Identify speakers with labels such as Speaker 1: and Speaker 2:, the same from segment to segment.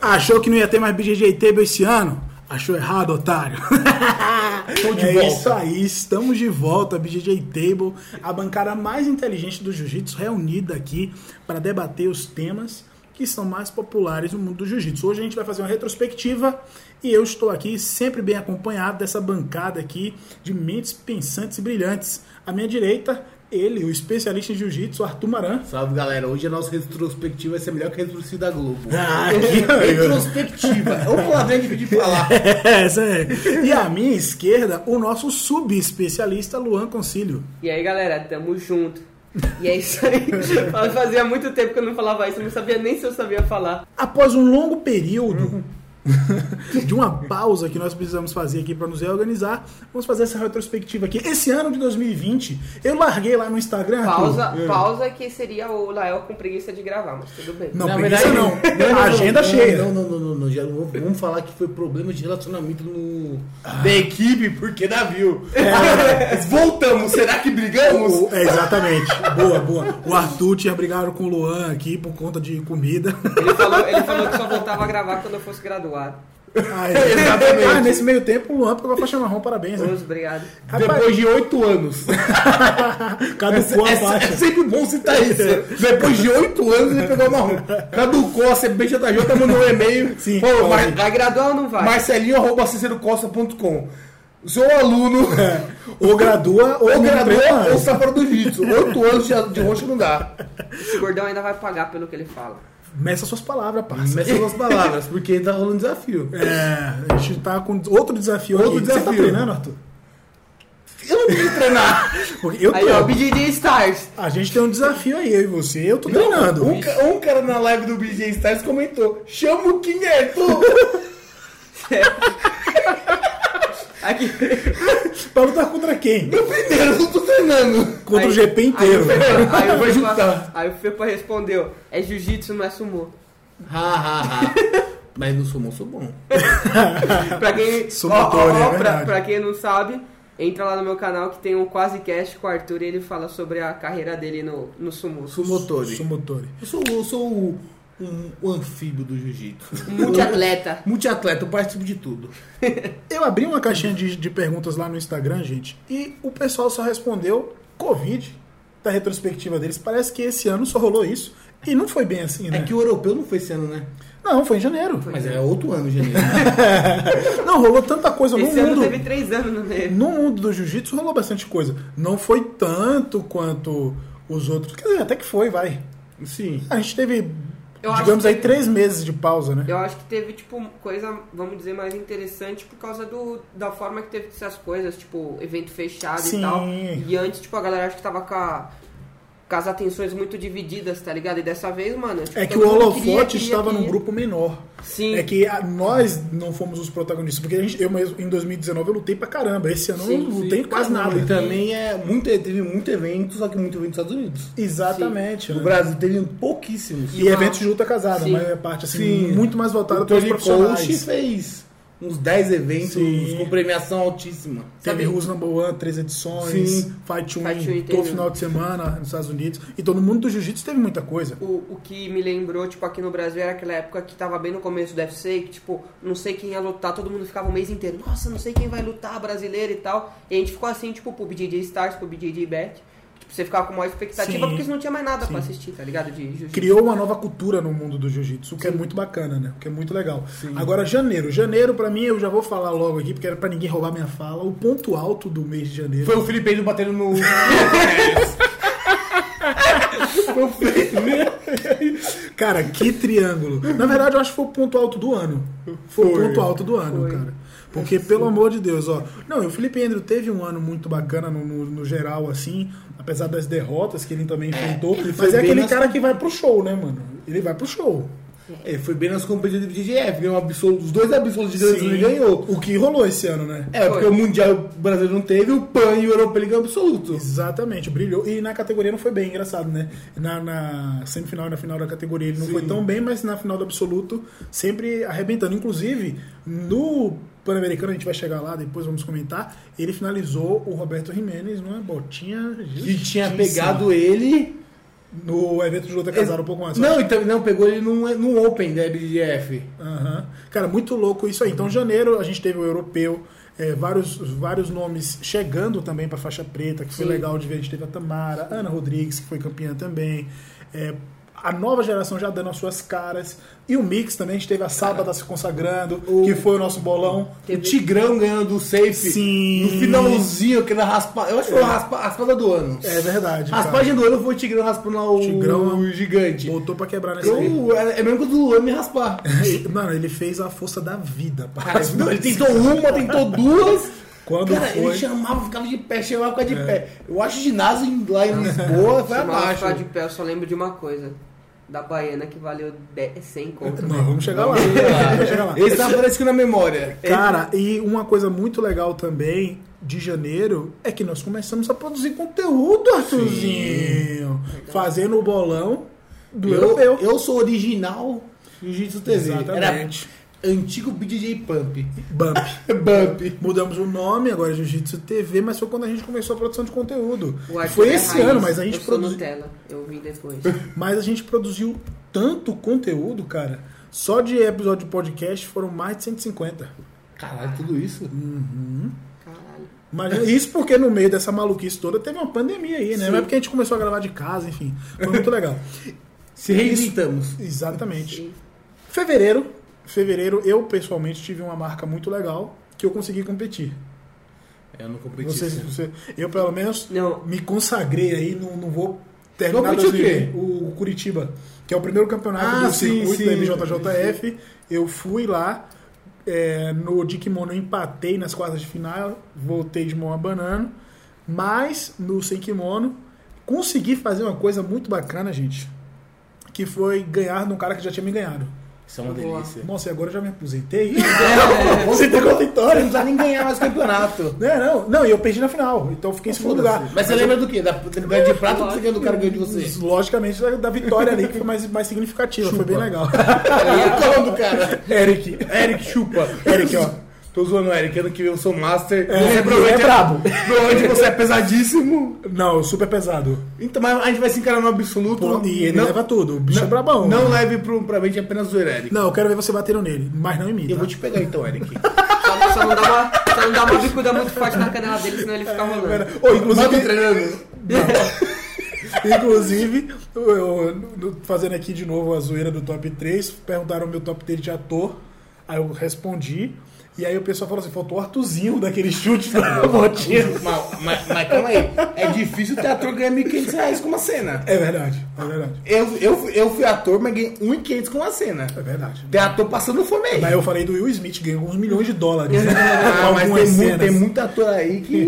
Speaker 1: Achou que não ia ter mais BJJ Table esse ano? Achou errado, otário.
Speaker 2: Tô de
Speaker 1: é
Speaker 2: volta.
Speaker 1: isso aí, estamos de volta, BJJ Table, a bancada mais inteligente do jiu-jitsu reunida aqui para debater os temas que são mais populares no mundo do jiu-jitsu. Hoje a gente vai fazer uma retrospectiva e eu estou aqui sempre bem acompanhado dessa bancada aqui de mentes pensantes e brilhantes. À minha direita, ele, o especialista em jiu-jitsu, Arthur Maran.
Speaker 2: Salve galera, hoje a nossa retrospectiva vai ser melhor que a retrospectiva da Globo.
Speaker 1: Ah,
Speaker 2: retrospectiva, é uma palavrinha difícil de falar.
Speaker 1: Essa é. E à minha esquerda, o nosso subespecialista Luan Concílio.
Speaker 3: E aí, galera, tamo junto. E é isso aí. Fazia muito tempo que eu não falava isso, eu não sabia nem se eu sabia falar.
Speaker 1: Após um longo período de uma pausa que nós precisamos fazer aqui para nos reorganizar, vamos fazer essa retrospectiva aqui. Esse ano de 2020, eu larguei lá no Instagram. Arthur.
Speaker 3: Pausa, pausa que seria o Lael com preguiça de gravar, mas tudo bem.
Speaker 1: Não,
Speaker 2: Na
Speaker 1: preguiça
Speaker 2: verdade,
Speaker 1: não. Agenda
Speaker 2: não,
Speaker 1: cheia.
Speaker 2: Não, não, não, não, não, já não vou- vamos falar que foi problema de relacionamento no...
Speaker 1: Ah.
Speaker 2: da equipe, porque dá viu. Voltamos, será que brigamos?
Speaker 1: É, exatamente. Boa, boa. O Arthur tinha brigado com o Luan aqui por conta de comida.
Speaker 3: Ele falou, ele falou que só voltava a gravar quando eu fosse graduado.
Speaker 1: Ah, é.
Speaker 2: Exatamente.
Speaker 1: Ah, nesse meio tempo, o Luan pegou a faixa marrom, parabéns. né?
Speaker 3: Deus, obrigado.
Speaker 2: Depois de oito anos.
Speaker 1: Caducou um a
Speaker 2: É, é
Speaker 1: faixa.
Speaker 2: sempre bom citar isso. né? Depois de oito anos ele pegou o marrom. Caducou, a CBJJ mandou um e-mail.
Speaker 1: Sim,
Speaker 2: falou,
Speaker 1: pode.
Speaker 2: "Mar-
Speaker 3: Vai graduar ou não vai?
Speaker 2: marcelinho.cicerocosta.com Sou aluno, É.
Speaker 1: Ou gradua, ou,
Speaker 2: ou graduou, ou
Speaker 1: ou
Speaker 2: está tá fora do jiu-jitsu. Oito anos de, de roxo não dá.
Speaker 3: Esse gordão ainda vai pagar pelo que ele fala.
Speaker 1: Meça suas palavras, parça.
Speaker 2: Mas são as palavras, porque tá rolando desafio.
Speaker 1: É, a gente tá com outro desafio
Speaker 2: Outro
Speaker 1: aqui. Você tá
Speaker 2: desafio.
Speaker 1: treinando, Arthur?
Speaker 2: Eu não preciso treinar.
Speaker 1: Porque eu tô.
Speaker 3: Aí, ó, BJJ Stars.
Speaker 1: a gente tem um desafio aí, eu e você. Eu tô treinando.
Speaker 2: Um, ca- um cara na live do BJ Stars comentou: chama o é, King Arthur.
Speaker 3: Aqui.
Speaker 1: Um Pra lutar contra quem?
Speaker 2: Eu primeiro eu não tô treinando.
Speaker 1: Contra
Speaker 3: Aí-
Speaker 1: o GP inteiro. né?
Speaker 3: Aí, o Fepa- aí, o
Speaker 2: Vai
Speaker 3: Fepa-
Speaker 2: juntar.
Speaker 3: aí o Fepa respondeu, é jiu-jitsu, não é sumô.
Speaker 2: Ha, ha, ha. Mas no sumô sou bom.
Speaker 3: pra quem,
Speaker 1: Somatório, é
Speaker 3: pra-
Speaker 1: verdade.
Speaker 3: pra quem não sabe, entra lá no meu canal que tem um quase cast com o Arthur e ele fala sobre a carreira dele no, no sumo.
Speaker 2: Sumotori.
Speaker 1: Sumotore.
Speaker 2: Eu sou, eu sou o, um, o anfíbio do jiu-jitsu.
Speaker 3: Multiatleta.
Speaker 2: Multiatleta, eu participo de tudo.
Speaker 1: Eu abri uma caixinha de, de perguntas lá no Instagram, gente, e o pessoal só respondeu Covid da retrospectiva deles. Parece que esse ano só rolou isso. E não foi bem assim, né?
Speaker 2: É que o europeu não foi esse ano, né?
Speaker 1: Não, foi em janeiro.
Speaker 2: Mas é outro ano, janeiro.
Speaker 1: Não, rolou tanta coisa no
Speaker 3: Esse ano
Speaker 1: mundo.
Speaker 3: teve três anos no meio.
Speaker 1: No mundo do jiu-jitsu rolou bastante coisa. Não foi tanto quanto os outros. Quer dizer, até que foi, vai.
Speaker 2: Sim.
Speaker 1: A gente teve,
Speaker 3: Eu acho
Speaker 1: digamos
Speaker 3: que-
Speaker 1: aí, três meses de pausa, né?
Speaker 3: Eu acho que teve, tipo, coisa, vamos dizer, mais interessante por causa do, da forma que teve que ser as coisas, tipo, evento fechado
Speaker 1: Sim.
Speaker 3: e tal. E antes, tipo, a galera acho que tava com, a- com as atenções muito divididas, tá ligado? E dessa vez, mano. tipo,
Speaker 1: É que
Speaker 3: todo
Speaker 1: o
Speaker 3: mundo
Speaker 1: holofote
Speaker 3: queria, queria,
Speaker 1: estava num
Speaker 3: queria.
Speaker 1: grupo menor.
Speaker 3: Sim.
Speaker 1: É que a- nós não fomos os protagonistas. Porque a gente, eu mesmo, em 2019, eu lutei pra caramba. Esse ano eu
Speaker 3: Sim,
Speaker 1: não lutei quase
Speaker 2: E
Speaker 1: nada.
Speaker 2: também é muito, teve muito evento, só que muito evento nos Estados Unidos.
Speaker 1: Exatamente.
Speaker 2: No
Speaker 1: né?
Speaker 2: Brasil teve pouquíssimos.
Speaker 1: E eventos de luta casada,
Speaker 3: Sim.
Speaker 1: mas é parte assim,
Speaker 2: Sim.
Speaker 1: muito mais voltada
Speaker 2: o
Speaker 1: para os
Speaker 2: Tony Coach
Speaker 1: profissionais.
Speaker 2: fez uns 10 eventos
Speaker 1: Sim.
Speaker 2: com premiação altíssima.
Speaker 1: Teve
Speaker 3: Sabe-
Speaker 1: Who's Number One, três edições,
Speaker 2: Sim.
Speaker 1: Fight
Speaker 3: Fight
Speaker 1: Win,
Speaker 3: Win
Speaker 1: todo
Speaker 3: teve.
Speaker 1: final de semana nos Estados Unidos. Então no mundo do jiu-jitsu teve muita coisa.
Speaker 3: O, o que me lembrou, tipo, aqui no Brasil era aquela época que tava bem no começo do UFC, que, tipo, não sei quem ia lutar, todo mundo ficava o mês inteiro, nossa, não sei quem vai lutar, brasileiro e tal. E a gente ficou assim, tipo, pro BJJ Stars, pro BJJ Bet. Tipo, você ficava com maior expectativa
Speaker 1: Sim.
Speaker 3: porque você não tinha mais nada
Speaker 1: Sim.
Speaker 3: pra assistir, tá ligado? De jiu-jitsu.
Speaker 1: criou uma nova cultura no mundo do jiu-jitsu, o que é muito bacana, né? O que é muito legal. Agora, janeiro. Janeiro, pra mim, eu já vou falar logo aqui, porque era pra ninguém roubar minha fala. O ponto alto do mês de janeiro.
Speaker 2: Foi o Felipe Pedro batendo no. Foi o Felipe.
Speaker 1: Cara, que triângulo. Na verdade, eu acho que foi o ponto alto do ano. Foi, o
Speaker 2: Foi.
Speaker 1: ponto alto do ano,
Speaker 3: Foi.
Speaker 1: cara. Porque, pelo amor de Deus, ó. Não, e o Felipe Endro teve um ano muito bacana no, no- no geral, assim, apesar das derrotas que ele também enfrentou.
Speaker 2: foi
Speaker 1: mas é
Speaker 2: bem
Speaker 1: aquele
Speaker 2: nas-
Speaker 1: cara que vai pro show, né, mano? Ele vai pro show.
Speaker 2: Ele É, foi bem nas competições do DGF, ganhou um absoluto, os dois absolutos de grandes
Speaker 1: Sim.
Speaker 2: ele ganhou.
Speaker 1: O que rolou esse ano, né?
Speaker 2: É, porque
Speaker 3: Foi.
Speaker 2: o Mundial brasileiro não teve, o PAN e o é Europeu ele ganhou absoluto.
Speaker 1: Exatamente, brilhou. E na categoria não foi bem, engraçado, né? Na, na semifinal e na final da categoria ele não foi tão bem, mas na final do absoluto sempre arrebentando. Inclusive, no Pan-Americano, a gente vai chegar lá, depois vamos comentar, ele finalizou o Roberto Jimenez numa botinha
Speaker 2: Que tinha
Speaker 1: justíssima.
Speaker 2: pegado ele
Speaker 1: No evento de luta casaram um pouco mais.
Speaker 2: Não, então, não, pegou ele num, num Open da BDF.
Speaker 1: Aham. Cara, muito louco isso aí. Então, janeiro a gente teve o europeu, é, vários, vários nomes chegando também para faixa preta, que foi
Speaker 3: Sim.
Speaker 1: legal de ver. A gente teve a Tamara, Ana Rodrigues, que foi campeã também. É, a nova geração já dando as suas caras. E o Mix também, a gente teve a Sábada se consagrando, que foi o nosso bolão.
Speaker 2: O Tigrão ganhando o safe.
Speaker 1: Sim.
Speaker 2: No finalzinho, aquela raspa. Eu acho que foi a raspa, raspada do ano.
Speaker 1: É verdade. cara.
Speaker 2: Raspagem do ano foi o Tigrão raspando lá o
Speaker 1: Tigrão
Speaker 2: gigante.
Speaker 1: Botou pra quebrar nesse aí.
Speaker 2: Eu, é é mesmo que o do Luan me raspar.
Speaker 1: Mano, ele fez a força da vida. pá.
Speaker 2: Cara, não, ele tentou uma, tentou duas.
Speaker 1: Quando
Speaker 2: cara,
Speaker 1: foi? É.
Speaker 2: ele chamava, ficava de pé, chamava, ficava de pé. Eu acho o ginásio em- lá em Lisboa foi
Speaker 3: Chamava
Speaker 2: abaixo.
Speaker 3: ficar de pé, eu só lembro de uma coisa. Da Baiana que valeu 10, 100 conto.
Speaker 1: Não, vamos chegar lá. Vamos chegar lá.
Speaker 2: Esse tá aparecendo na memória.
Speaker 1: Cara, e uma coisa muito legal também de janeiro é que nós começamos a produzir conteúdo, Arthurzinho. Fazendo o bolão do
Speaker 2: Eu,
Speaker 1: europeu.
Speaker 2: eu sou original Jiu-Jitsu TV.
Speaker 1: Exatamente.
Speaker 2: Era antigo BJJ Pump.
Speaker 1: Bump.
Speaker 2: Bump.
Speaker 1: Mudamos o nome, agora é Jiu-Jitsu TV, mas foi quando a gente começou a produção de conteúdo.
Speaker 3: O Arthur
Speaker 1: Foi
Speaker 3: é
Speaker 1: esse
Speaker 3: raiz,
Speaker 1: ano, mas a gente
Speaker 3: eu sou
Speaker 1: produziu.
Speaker 3: Nutella, eu vim depois.
Speaker 1: Mas a gente produziu tanto conteúdo, cara. Só de episódio de podcast foram mais de 150.
Speaker 2: Caralho, tudo isso?
Speaker 3: Caralho.
Speaker 1: Mas isso porque no meio dessa maluquice toda teve uma pandemia aí, né? Mas porque a gente começou a gravar de casa, enfim. Foi muito legal.
Speaker 2: Se reivindicamos.
Speaker 1: Exatamente.
Speaker 3: Sim.
Speaker 1: Fevereiro. Fevereiro, eu pessoalmente tive uma marca muito legal que eu consegui competir.
Speaker 2: Eu não competi.
Speaker 1: Você, você, eu, pelo menos,
Speaker 3: Não.
Speaker 1: me consagrei aí, não, não vou terminar
Speaker 2: Competiu o quê?
Speaker 1: 2020, o Curitiba, que é o primeiro campeonato
Speaker 2: Ah,
Speaker 1: do
Speaker 2: sim,
Speaker 1: circuito
Speaker 2: sim.
Speaker 1: da MJJF. Eu fui lá, é, no de kimono eu empatei nas quartas de final, voltei de mão a banana, mas no sem kimono consegui fazer uma coisa muito bacana, gente, que foi ganhar de um cara que já tinha me ganhado.
Speaker 2: Isso é uma
Speaker 3: Boa.
Speaker 2: delícia.
Speaker 1: Nossa, e agora eu já me aposentei?
Speaker 2: é, Você tem uma vitória, não precisa nem ganhar mais campeonato.
Speaker 1: não, não, não, e eu perdi na final, então eu fiquei em segundo lugar.
Speaker 2: Mas você lembra do quê? Da, da medalha de prata ou você ganhou do cara que ganhou de você?
Speaker 1: Logicamente, da, da vitória ali, que foi mais, mais significativa. Foi bem legal.
Speaker 2: Qual é o nome do cara?
Speaker 1: Eric.
Speaker 2: Eric Chupa.
Speaker 1: Eric, ó.
Speaker 2: Tô zoando, Eric. Ano que vem eu sou um master. você
Speaker 1: é
Speaker 2: provavelmente
Speaker 1: brabo.
Speaker 2: Provavelmente você é pesadíssimo.
Speaker 1: Não, super é pesado.
Speaker 2: Então, mas a gente vai se encarar no absoluto.
Speaker 1: Pô, e ele leva tudo. O bicho
Speaker 2: não,
Speaker 1: é brabão.
Speaker 2: Não
Speaker 1: Não,
Speaker 2: leve pro, pra mente apenas o Eric.
Speaker 1: eu quero ver você batendo nele, mas não em mim.
Speaker 2: Eu
Speaker 1: Tá?
Speaker 2: vou te pegar então, Eric.
Speaker 3: Só, só não dá uma, só não dá uma bicuda muito forte na canela dele, senão ele
Speaker 1: É,
Speaker 3: fica rolando.
Speaker 1: Ô, inclusive,
Speaker 2: treinando.
Speaker 1: inclusive eu, eu- no- fazendo aqui de novo a zoeira do top 3, perguntaram o meu top 3 de ator. Aí eu respondi. E aí o pessoal falou assim: faltou o Artuzinho daquele chute da botinha.
Speaker 2: mas, mas- mas calma aí. É difícil o ator ganhar 1.500 reais com uma cena.
Speaker 1: É verdade, é verdade.
Speaker 2: Eu, eu, fui- eu fui ator, mas ganhei 1.500 com uma cena.
Speaker 1: É verdade.
Speaker 2: Tem ator passando fome aí.
Speaker 1: Mas eu falei do Will Smith, ganhou uns milhões de dólares.
Speaker 2: Ah, mas
Speaker 1: Algumas
Speaker 2: tem, muito,
Speaker 1: cenas.
Speaker 2: tem muito ator aí que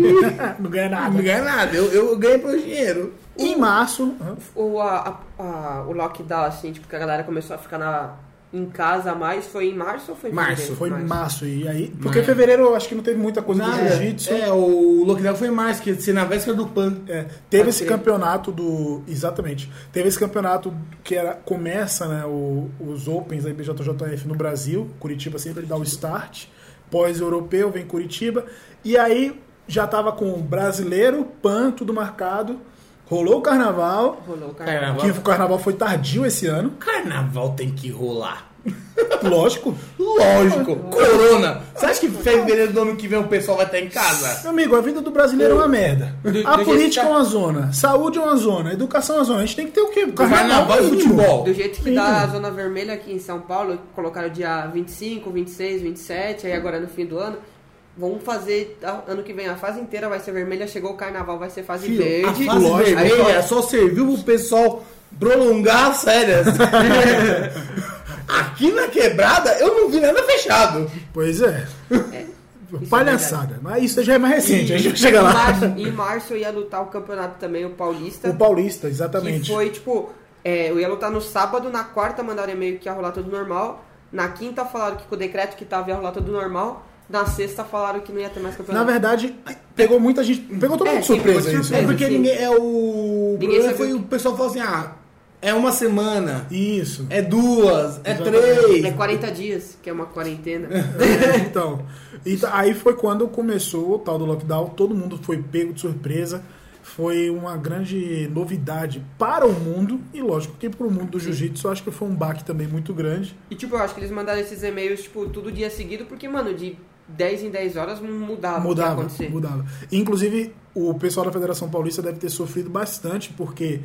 Speaker 1: Não ganha
Speaker 2: não
Speaker 1: nada.
Speaker 2: ganha nada. Eu, eu ganhei pelo dinheiro.
Speaker 1: Em março,
Speaker 3: O, a- a- a- o lockdown, assim, tipo, que a galera começou a ficar na, em casa a mais, foi em março ou foi em
Speaker 2: Março,
Speaker 3: fevereiro?
Speaker 1: foi em março. E aí, porque
Speaker 2: Mas-
Speaker 1: fevereiro eu acho que não teve muita coisa do
Speaker 2: Nada.
Speaker 1: jiu-jitsu.
Speaker 2: É, o lockdown foi mais, que se na véspera do pan.
Speaker 1: É, teve esse
Speaker 3: crer.
Speaker 1: campeonato do. Exatamente. Teve esse campeonato que era, começa né, o- os Opens da IBJJF no Brasil. Curitiba sempre dá o start. Pós-europeu, vem Curitiba. E aí já tava com o brasileiro, PAN, tudo marcado. Rolou o carnaval.
Speaker 3: Rolou o carnaval.
Speaker 1: Que o
Speaker 2: Carnaval.
Speaker 1: carnaval foi tardio esse ano.
Speaker 2: Carnaval tem que rolar.
Speaker 1: Lógico.
Speaker 2: Lógico. Corona. Você acha que fevereiro do ano que vem o pessoal vai estar em casa?
Speaker 1: Meu amigo, a vida do brasileiro é uma merda. A
Speaker 3: do jeito que
Speaker 1: política
Speaker 3: tá-
Speaker 1: é uma zona, saúde é uma zona, educação é uma zona. A gente tem que ter é o quê?
Speaker 2: Carnaval e
Speaker 1: mínimo.
Speaker 2: futebol.
Speaker 3: Do jeito que
Speaker 1: Sim.
Speaker 3: dá a
Speaker 2: Então.
Speaker 3: zona vermelha aqui em São Paulo, colocaram dia 25, 26, 27, aí agora no fim do ano. Vamos fazer, a- ano que vem a fase inteira vai ser vermelha, chegou o carnaval, vai ser fase
Speaker 2: Filho,
Speaker 3: verde. é
Speaker 2: a fase
Speaker 3: Aí
Speaker 2: vermelha
Speaker 3: fala,
Speaker 2: é só serviu pro pessoal prolongar as férias. Aqui na quebrada eu não vi nada fechado.
Speaker 1: Pois é.
Speaker 3: é, isso é
Speaker 1: Palhaçada. Mas isso já é mais recente, a gente vai chegar
Speaker 3: Em
Speaker 1: lá.
Speaker 3: março, em março eu ia lutar o campeonato também, o Paulista.
Speaker 1: O paulista,
Speaker 3: que
Speaker 1: exatamente.
Speaker 3: foi tipo, é, eu ia lutar no sábado, na quarta mandaram e-mail que ia rolar tudo normal. Na quinta falaram que com o decreto que tava ia rolar tudo normal. Na sexta falaram que não ia ter mais
Speaker 1: Na
Speaker 3: campeonato.
Speaker 1: verdade, pegou muita gente. Pegou todo
Speaker 3: É,
Speaker 1: mundo de
Speaker 3: sim,
Speaker 1: surpresa
Speaker 3: pegou de
Speaker 1: isso.
Speaker 2: É
Speaker 3: surpresa.
Speaker 1: né?
Speaker 2: porque
Speaker 3: sim.
Speaker 2: ninguém. É o. o
Speaker 3: Ninguém
Speaker 2: problema
Speaker 3: sabia
Speaker 2: foi
Speaker 3: o
Speaker 2: o pessoal falou assim: ah, é uma semana,
Speaker 1: Isso.
Speaker 2: é duas, é
Speaker 3: É
Speaker 2: três.
Speaker 3: 40 dias, que é uma quarentena. É.
Speaker 1: então, e t- aí foi quando começou o tal do lockdown, todo mundo foi pego de surpresa. foi uma grande novidade para o mundo e lógico que para o mundo do jiu-jitsu eu acho que foi um baque também muito grande.
Speaker 3: E tipo, eu acho que eles mandaram esses e-mails, tipo, todo dia seguido, porque, mano, de 10 em 10 horas mudava, o que ia
Speaker 1: Mudava,
Speaker 3: acontecer.
Speaker 1: mudava. Inclusive, o pessoal da Federação Paulista deve ter sofrido bastante, porque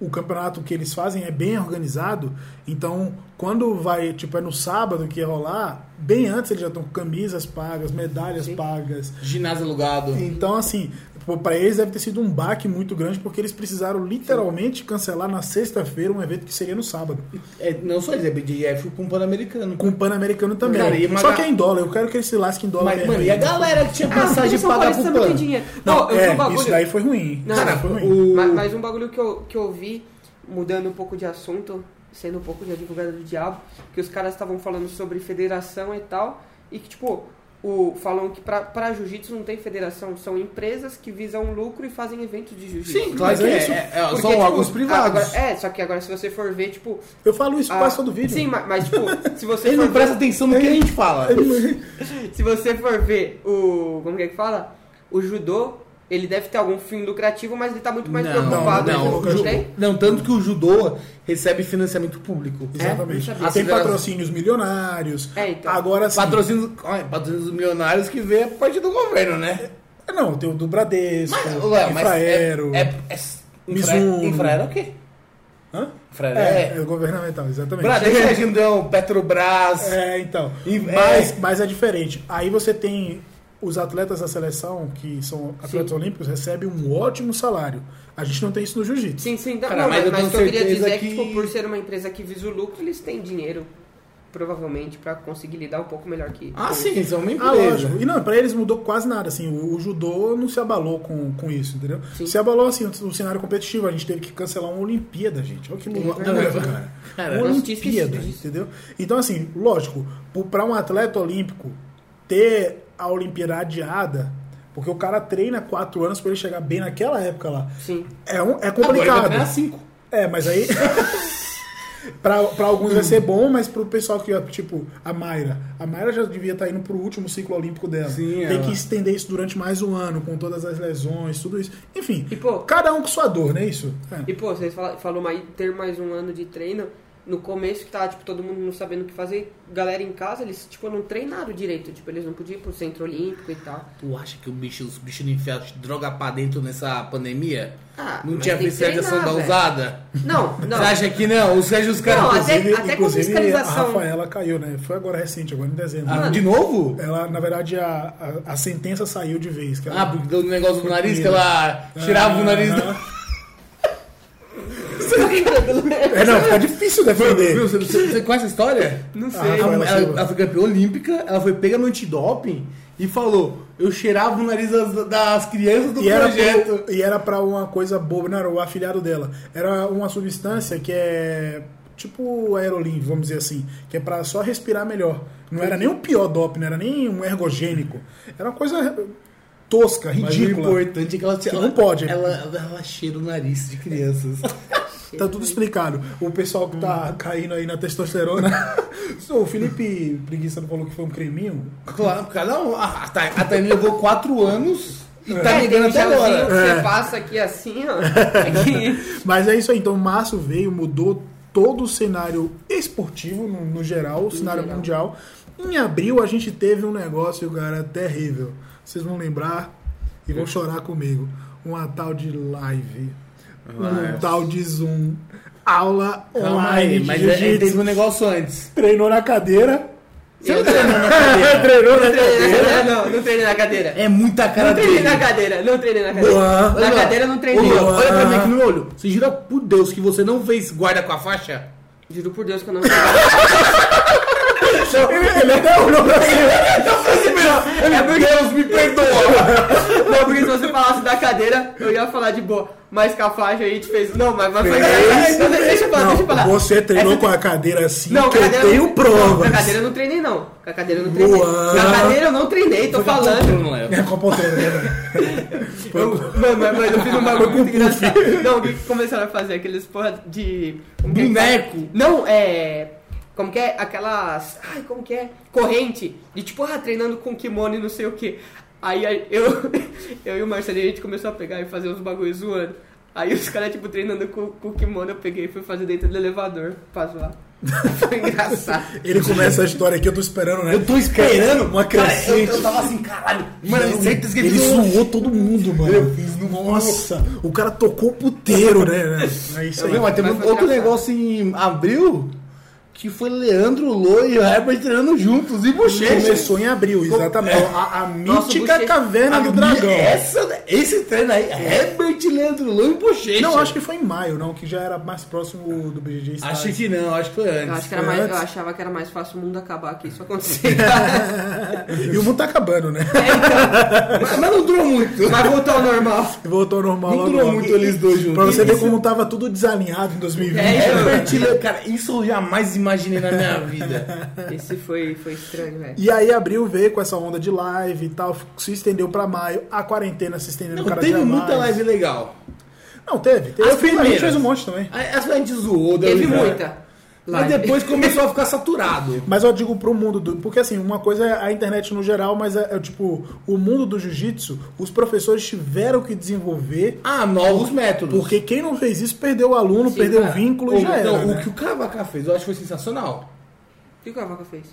Speaker 1: o campeonato que eles fazem é bem organizado. Então, quando vai, tipo, é no sábado que ia rolar, bem antes eles já estão com camisas pagas, medalhas
Speaker 3: Sim.
Speaker 1: pagas.
Speaker 2: Ginásio alugado.
Speaker 1: Então, assim, para eles deve ter sido um baque muito grande, porque eles precisaram literalmente cancelar na sexta-feira um evento que seria no sábado.
Speaker 2: É, não só isso, é BJF com o Pan-Americano.
Speaker 1: Com o Pan-Americano também.
Speaker 2: Cara, e uma
Speaker 1: Só
Speaker 2: ga-
Speaker 1: que é em dólar, eu quero que é eles se lasquem em dólar.
Speaker 2: Mas,
Speaker 1: mesmo.
Speaker 2: mano, e a galera que tinha passagem
Speaker 3: São
Speaker 2: paga
Speaker 3: Paulista
Speaker 2: pro
Speaker 3: não tem
Speaker 2: Pan?
Speaker 3: dinheiro.
Speaker 1: Não,
Speaker 3: Ó, eu vi
Speaker 1: é,
Speaker 3: um bagulho.
Speaker 1: isso daí foi ruim.
Speaker 3: Não,
Speaker 1: Isso daí
Speaker 3: cara,
Speaker 1: foi ruim.
Speaker 2: O...
Speaker 3: Mas, mas um bagulho que eu, que eu vi, mudando um pouco de assunto, sendo um pouco de advogada do diabo, que os caras estavam falando sobre federação e tal, e que, tipo, o, falam que pra, pra jiu-jitsu não tem federação, são empresas que visam lucro e fazem eventos de jiu-jitsu.
Speaker 2: Sim, claro
Speaker 1: Mas
Speaker 2: que
Speaker 1: é
Speaker 2: é.
Speaker 1: isso.
Speaker 2: é- é-
Speaker 3: Porque,
Speaker 2: são
Speaker 3: tipo,
Speaker 2: órgãos privados.
Speaker 3: agora- é, só que agora se você for ver, tipo...
Speaker 1: Eu falo isso
Speaker 3: a-
Speaker 1: quase
Speaker 2: Ah.
Speaker 1: todo vídeo.
Speaker 3: Sim, mas, mas, tipo, se você
Speaker 2: um- Ele
Speaker 3: for
Speaker 2: não
Speaker 3: ver,
Speaker 2: presta atenção no que a gente fala.
Speaker 3: se você for ver o... Como que é que fala? O judô, ele deve ter algum fim lucrativo, mas ele tá muito mais preocupado.
Speaker 2: não,
Speaker 3: né?
Speaker 2: o ju-
Speaker 3: Tem?
Speaker 2: não, tanto que o judô recebe financiamento público. Assim,
Speaker 1: Exatamente.
Speaker 3: É,
Speaker 2: sabia.
Speaker 3: não
Speaker 1: tem
Speaker 2: As federações-
Speaker 1: patrocínios milionários.
Speaker 3: É, então.
Speaker 1: Agora assim, sim.
Speaker 2: Patrocínio, ai, patrocínio dos milionários que vê a partir do governo, né?
Speaker 1: É, Não, tem o do Bradesco,
Speaker 2: Mas, ué, mas
Speaker 1: É. Infraero.
Speaker 2: É, é, é, infra,
Speaker 1: Mizuno.
Speaker 2: infraero é o quê?
Speaker 1: Hã?
Speaker 2: Infraero
Speaker 1: É,
Speaker 2: é...
Speaker 1: é governamental, exatamente.
Speaker 2: Bradesco é Gindão, Petrobras...
Speaker 1: É, então.
Speaker 2: E-
Speaker 1: Mas,
Speaker 2: é.
Speaker 1: mas é diferente. Aí você tem os atletas da seleção, que são atletas
Speaker 3: Sim.
Speaker 1: olímpicos, recebem um ótimo salário. A gente não tem isso no jiu-jitsu.
Speaker 3: Sim, sim,
Speaker 2: Cara,
Speaker 3: não,
Speaker 2: mas
Speaker 3: mas,
Speaker 2: eu
Speaker 3: mas
Speaker 2: tenho
Speaker 3: o que eu queria
Speaker 2: certeza
Speaker 3: dizer é que,
Speaker 2: que-
Speaker 3: tipo, por ser uma empresa que visa o lucro, eles têm dinheiro, provavelmente, pra conseguir lidar um pouco melhor que.
Speaker 2: Ah,
Speaker 3: com
Speaker 2: sim,
Speaker 3: isso.
Speaker 2: eles são uma
Speaker 1: Ah,
Speaker 2: empresa.
Speaker 1: lógico. E não, pra eles mudou quase nada, assim. O, o judô não se abalou com, com isso, entendeu?
Speaker 3: Sim.
Speaker 1: Se abalou, assim, o, o cenário competitivo. A gente teve que cancelar uma Olimpíada, gente. Olha que loucura,
Speaker 2: Não, eu-
Speaker 1: cara.
Speaker 2: Cara,
Speaker 1: uma
Speaker 3: eu não tinha
Speaker 1: Olimpíada,
Speaker 3: esquecido disso.
Speaker 1: entendeu? Então, assim, lógico, pro- pra um atleta olímpico ter a Olimpíada adiada, porque o cara treina quatro anos pra ele chegar bem naquela época lá.
Speaker 3: Sim.
Speaker 1: É, um, é
Speaker 2: Agora ele vai
Speaker 1: complicado.
Speaker 2: treinar cinco.
Speaker 1: É, mas aí. pra, pra alguns vai ser bom, mas pro pessoal que, ó, tipo, a Mayra. A Mayra já devia estar indo pro último ciclo olímpico dela.
Speaker 2: Sim,
Speaker 1: Tem
Speaker 2: ela-
Speaker 1: que estender isso durante mais um ano, com todas as lesões, tudo isso. Enfim,
Speaker 3: E, pô-
Speaker 1: cada um com sua dor, não é isso? É.
Speaker 3: E, pô, vocês fala- falou mais, ter mais um ano de treino. No começo que tava, tipo, todo mundo não sabendo o que fazer, galera em casa, eles, tipo, não treinaram direito. Tipo, eles não podiam ir pro centro olímpico e tal.
Speaker 2: Tu acha que o bicho, os bichos não enfiaram droga pra dentro nessa pandemia?
Speaker 3: Ah,
Speaker 2: não
Speaker 3: mas
Speaker 2: tinha
Speaker 3: tem que
Speaker 2: visto a questão da
Speaker 3: treinar, velho.
Speaker 2: usada?
Speaker 3: Não, não.
Speaker 2: Você acha que não? Os caras, os
Speaker 3: Não,
Speaker 2: caras...
Speaker 3: até-
Speaker 1: Inclusive,
Speaker 3: até com
Speaker 1: inclusive a
Speaker 3: fiscalização.
Speaker 1: Rafaela caiu, né? Foi agora recente, agora em dezembro. né?
Speaker 2: Ah, de novo?
Speaker 1: Ela, na verdade, a, a, a sentença saiu de vez. que ela- Ah,
Speaker 2: Ah, porque deu um negócio do nariz que
Speaker 1: comida.
Speaker 2: ela Ah, tirava o
Speaker 3: Ah,
Speaker 2: nariz do...
Speaker 3: tá
Speaker 1: É, não, fica difícil defender.
Speaker 2: Viu? Você, você, você conhece a história?
Speaker 3: Não
Speaker 1: Ah,
Speaker 3: sei.
Speaker 1: Rafaela
Speaker 2: Ela,
Speaker 1: Silva.
Speaker 2: ela foi campeã olímpica, ela foi pega no antidoping e falou: Eu cheirava o nariz das, das crianças do
Speaker 1: E era,
Speaker 2: projeto.
Speaker 1: pro- e era pra uma coisa boba, não era o afilhado dela. Era uma substância que é tipo aerolim, vamos dizer assim, que é pra só respirar melhor. Não era nem um pior doping, não era nem um ergogênico. Era uma coisa tosca,
Speaker 2: Mas o
Speaker 1: ridícula.
Speaker 2: importante é que ela
Speaker 1: Que não pode.
Speaker 2: Ela, ela, ela cheira o nariz de crianças.
Speaker 1: Tá
Speaker 2: é
Speaker 1: tudo explicado. O pessoal que
Speaker 2: Hum.
Speaker 1: tá caindo aí na testosterona. o Felipe Preguiça não falou que foi um creminho?
Speaker 2: claro, cada um. A, a, Thay- a Thaís levou quatro anos e tá
Speaker 3: É, tem
Speaker 2: ligando
Speaker 3: um
Speaker 2: até
Speaker 3: gelzinho que
Speaker 2: agora. É.
Speaker 3: você passa aqui assim, ó. Aqui.
Speaker 1: Mas é isso aí, então março veio, mudou todo o cenário esportivo no, no geral, o cenário
Speaker 3: geral.
Speaker 1: mundial. Em abril a gente teve um negócio, cara, terrível. Vocês vão lembrar e vão chorar comigo. Uma tal de live, um tal de Zoom, aula
Speaker 2: Calma
Speaker 1: online,
Speaker 2: aí,
Speaker 1: de
Speaker 2: mas é- é-
Speaker 1: jiu-jitsu.
Speaker 2: teve um negócio antes.
Speaker 1: treinou na cadeira.
Speaker 2: Você
Speaker 3: Eu
Speaker 2: não treinou na cadeira?
Speaker 1: treinou na
Speaker 3: Não, não treinei na cadeira.
Speaker 2: É muita cara
Speaker 3: Não treinei
Speaker 2: dele.
Speaker 3: na cadeira, não treinei na cadeira.
Speaker 1: Boa.
Speaker 3: Na cadeira eu não
Speaker 2: Ô,
Speaker 3: treinei.
Speaker 2: Luan, olha Ah. pra mim aqui no meu olho. Você jura por Deus que você não fez guarda com a faixa?
Speaker 3: Juro por Deus que eu não
Speaker 1: Ele é até olhou pra cima.
Speaker 3: É,
Speaker 2: Meu Deus, me perdoa!
Speaker 3: Não, porque se você falasse da cadeira, eu ia falar de boa. Mas com a faixa aí te fez. Não, mas, mas foi. Não, deixa eu falar, deixa eu falar.
Speaker 1: Não, você treinou
Speaker 3: Essa-
Speaker 1: com a cadeira assim
Speaker 3: Não,
Speaker 1: que
Speaker 3: com a cadeira
Speaker 1: eu tenho
Speaker 3: não-
Speaker 1: provas.
Speaker 3: Com a cadeira eu não treinei, não. Com a cadeira eu não treinei.
Speaker 1: Boa.
Speaker 3: Com a cadeira eu não treinei, tô falando.
Speaker 2: não levo.
Speaker 1: É com a ponteira, né?
Speaker 3: Eu, mano, mas, mas eu fiz um bagulho muito engraçado. Não, o que que começaram a fazer? Aqueles porra de. como que é que fala?
Speaker 2: Boneco.
Speaker 3: Não, é. Como que é? Aquelas. Ai, como que é? Corrente. E tipo, ah, treinando com kimono e não sei o que. Aí aí, eu, eu e o Marcelinho, a gente começou a pegar e fazer uns bagulhos zoando. Aí os caras, tipo, treinando com, com o kimono, eu peguei e fui fazer dentro do elevador pra zoar. Foi engraçado.
Speaker 1: Ele começa a história aqui, eu tô esperando, né?
Speaker 2: Eu tô esperando
Speaker 1: Uma
Speaker 2: Cara, eu,
Speaker 1: crescente.
Speaker 2: eu tava assim, caralho. Mano, eu certeza que
Speaker 1: ele suou todo mundo, mano.
Speaker 2: Eu fiz no-
Speaker 1: Nossa, o cara tocou o puteiro, né? É isso aí.
Speaker 2: Não, mas teve um
Speaker 3: Mas foi
Speaker 2: outro
Speaker 3: engraçado.
Speaker 2: negócio em abril que foi Leandro Lô e o Herbert treinando juntos e bochecha.
Speaker 1: Começou em abril, exatamente.
Speaker 2: é.
Speaker 1: A, a
Speaker 3: Nossa,
Speaker 1: mítica
Speaker 3: você-
Speaker 1: caverna
Speaker 2: A
Speaker 1: do
Speaker 2: minha-
Speaker 1: dragão.
Speaker 2: Essa, esse treino aí, Herbert, Leandro Lô e bochecha.
Speaker 1: Não, acho que foi em maio, não, que já era mais próximo do BGG Stars.
Speaker 2: Acho que não, acho que foi
Speaker 3: Eu,
Speaker 2: antes.
Speaker 3: acho que era
Speaker 1: Foi
Speaker 3: mais, eu
Speaker 1: antes?
Speaker 3: achava que era mais fácil o mundo acabar que isso acontecer.
Speaker 1: E o mundo tá acabando, né?
Speaker 2: Mas, mas não durou muito.
Speaker 3: Mas voltou ao normal.
Speaker 1: Voltou ao normal
Speaker 2: Não
Speaker 1: logo.
Speaker 2: durou
Speaker 1: logo.
Speaker 2: muito eles dois juntos.
Speaker 1: Pra você ver
Speaker 2: Isso-
Speaker 1: como tava tudo desalinhado em 2020.
Speaker 3: É,
Speaker 2: Herbert, Leandro, cara, isso eu jamais imaginei na minha vida.
Speaker 3: Esse foi, foi estranho, velho.
Speaker 1: E aí abril veio com essa onda de live e tal, se estendeu pra maio, a quarentena se estendeu
Speaker 2: Não,
Speaker 1: cada
Speaker 2: teve
Speaker 1: dia
Speaker 2: muita
Speaker 1: mais.
Speaker 2: live legal.
Speaker 1: Não, teve. teve.
Speaker 2: As
Speaker 1: Eu fiz- a gente
Speaker 2: primeiras.
Speaker 1: fez um monte também.
Speaker 2: Aí, Essa a gente zoou, deu
Speaker 3: Teve
Speaker 2: risada.
Speaker 3: muita.
Speaker 2: Mas
Speaker 3: live.
Speaker 2: depois começou a ficar saturado.
Speaker 1: Mas eu digo pro mundo do. Porque assim, uma coisa é a internet no geral, mas é, é, tipo, o mundo do jiu-jitsu, os professores tiveram que desenvolver.
Speaker 2: Ah, novos métodos.
Speaker 1: Porque quem não fez isso perdeu o aluno,
Speaker 3: Sim,
Speaker 1: perdeu o
Speaker 3: cara.
Speaker 1: vínculo e
Speaker 2: Ou,
Speaker 1: já era.
Speaker 2: então, o
Speaker 1: né?
Speaker 2: que o Cavaca fez, eu acho que foi sensacional.
Speaker 3: O que o Cavaca fez?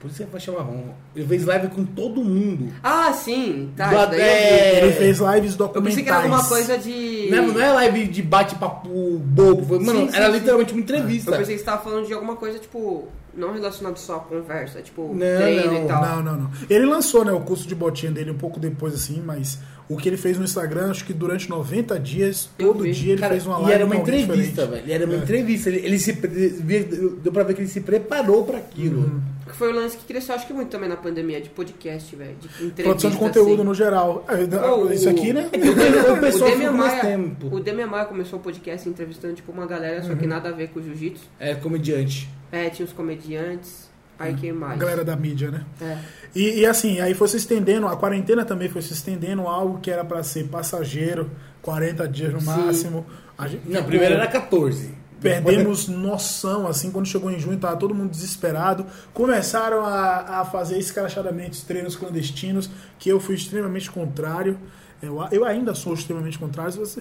Speaker 2: Por isso que vai chamar Ron. Ele fez live com todo mundo.
Speaker 3: Ah, sim. Tá,
Speaker 2: Do-
Speaker 3: isso daí eu vi.
Speaker 2: é,
Speaker 1: Ele fez lives
Speaker 3: Eu
Speaker 1: documentais.
Speaker 3: pensei que era alguma coisa de.
Speaker 2: Não, é- não é live de bate-papo bobo. Foi, mano,
Speaker 3: Sim, sim,
Speaker 2: era
Speaker 3: sim.
Speaker 2: literalmente uma
Speaker 3: Eu
Speaker 2: entrevista.
Speaker 3: pensei que você tava falando de alguma coisa, tipo, não relacionado só à conversa, tipo,
Speaker 2: Não,
Speaker 3: treino
Speaker 2: não,
Speaker 3: e tal.
Speaker 1: Não, não, não. Ele lançou né, o curso de botinha dele um pouco depois, assim, mas o que ele fez no Instagram, acho que durante 90 dias,
Speaker 3: Eu
Speaker 1: todo
Speaker 3: vi.
Speaker 1: dia ele
Speaker 2: Cara,
Speaker 1: fez uma
Speaker 2: e
Speaker 1: live.
Speaker 2: era uma
Speaker 1: com alguém
Speaker 2: entrevista,
Speaker 1: diferente.
Speaker 2: velho. E Era uma
Speaker 1: É.
Speaker 2: entrevista. Ele, ele se pre- via- deu pra ver que ele se preparou pra aquilo.
Speaker 3: Que foi o lance que cresceu, acho que muito também na pandemia, de podcast, velho. De entrevista.
Speaker 1: Produção de conteúdo
Speaker 3: assim.
Speaker 1: no geral. Ah,
Speaker 3: Ou-
Speaker 1: Isso aqui, né?
Speaker 2: É que o pessoal- o
Speaker 3: O
Speaker 2: pessoal
Speaker 3: Demian
Speaker 2: ficou mais
Speaker 3: Maia,
Speaker 2: tempo. Uhum.
Speaker 3: o Demian Maia começou o podcast entrevistando, tipo, uma galera, só que nada a ver com o jiu-jitsu.
Speaker 2: É, comediante.
Speaker 3: É, tinha os comediantes, aí quem
Speaker 1: A
Speaker 3: mais?
Speaker 1: galera da mídia, né?
Speaker 3: É.
Speaker 1: E, e assim, aí foi se estendendo, a quarentena também foi se estendendo, algo que era pra ser passageiro, 40 dias no máximo. A gente-
Speaker 2: Não, primeiro era 14.
Speaker 1: Perdemos noção, assim, quando chegou em junho, tava todo mundo desesperado. Começaram a, a fazer escrachadamente os treinos clandestinos, que eu fui extremamente contrário. É, Eu, a- eu ainda sou extremamente contrário. se Você,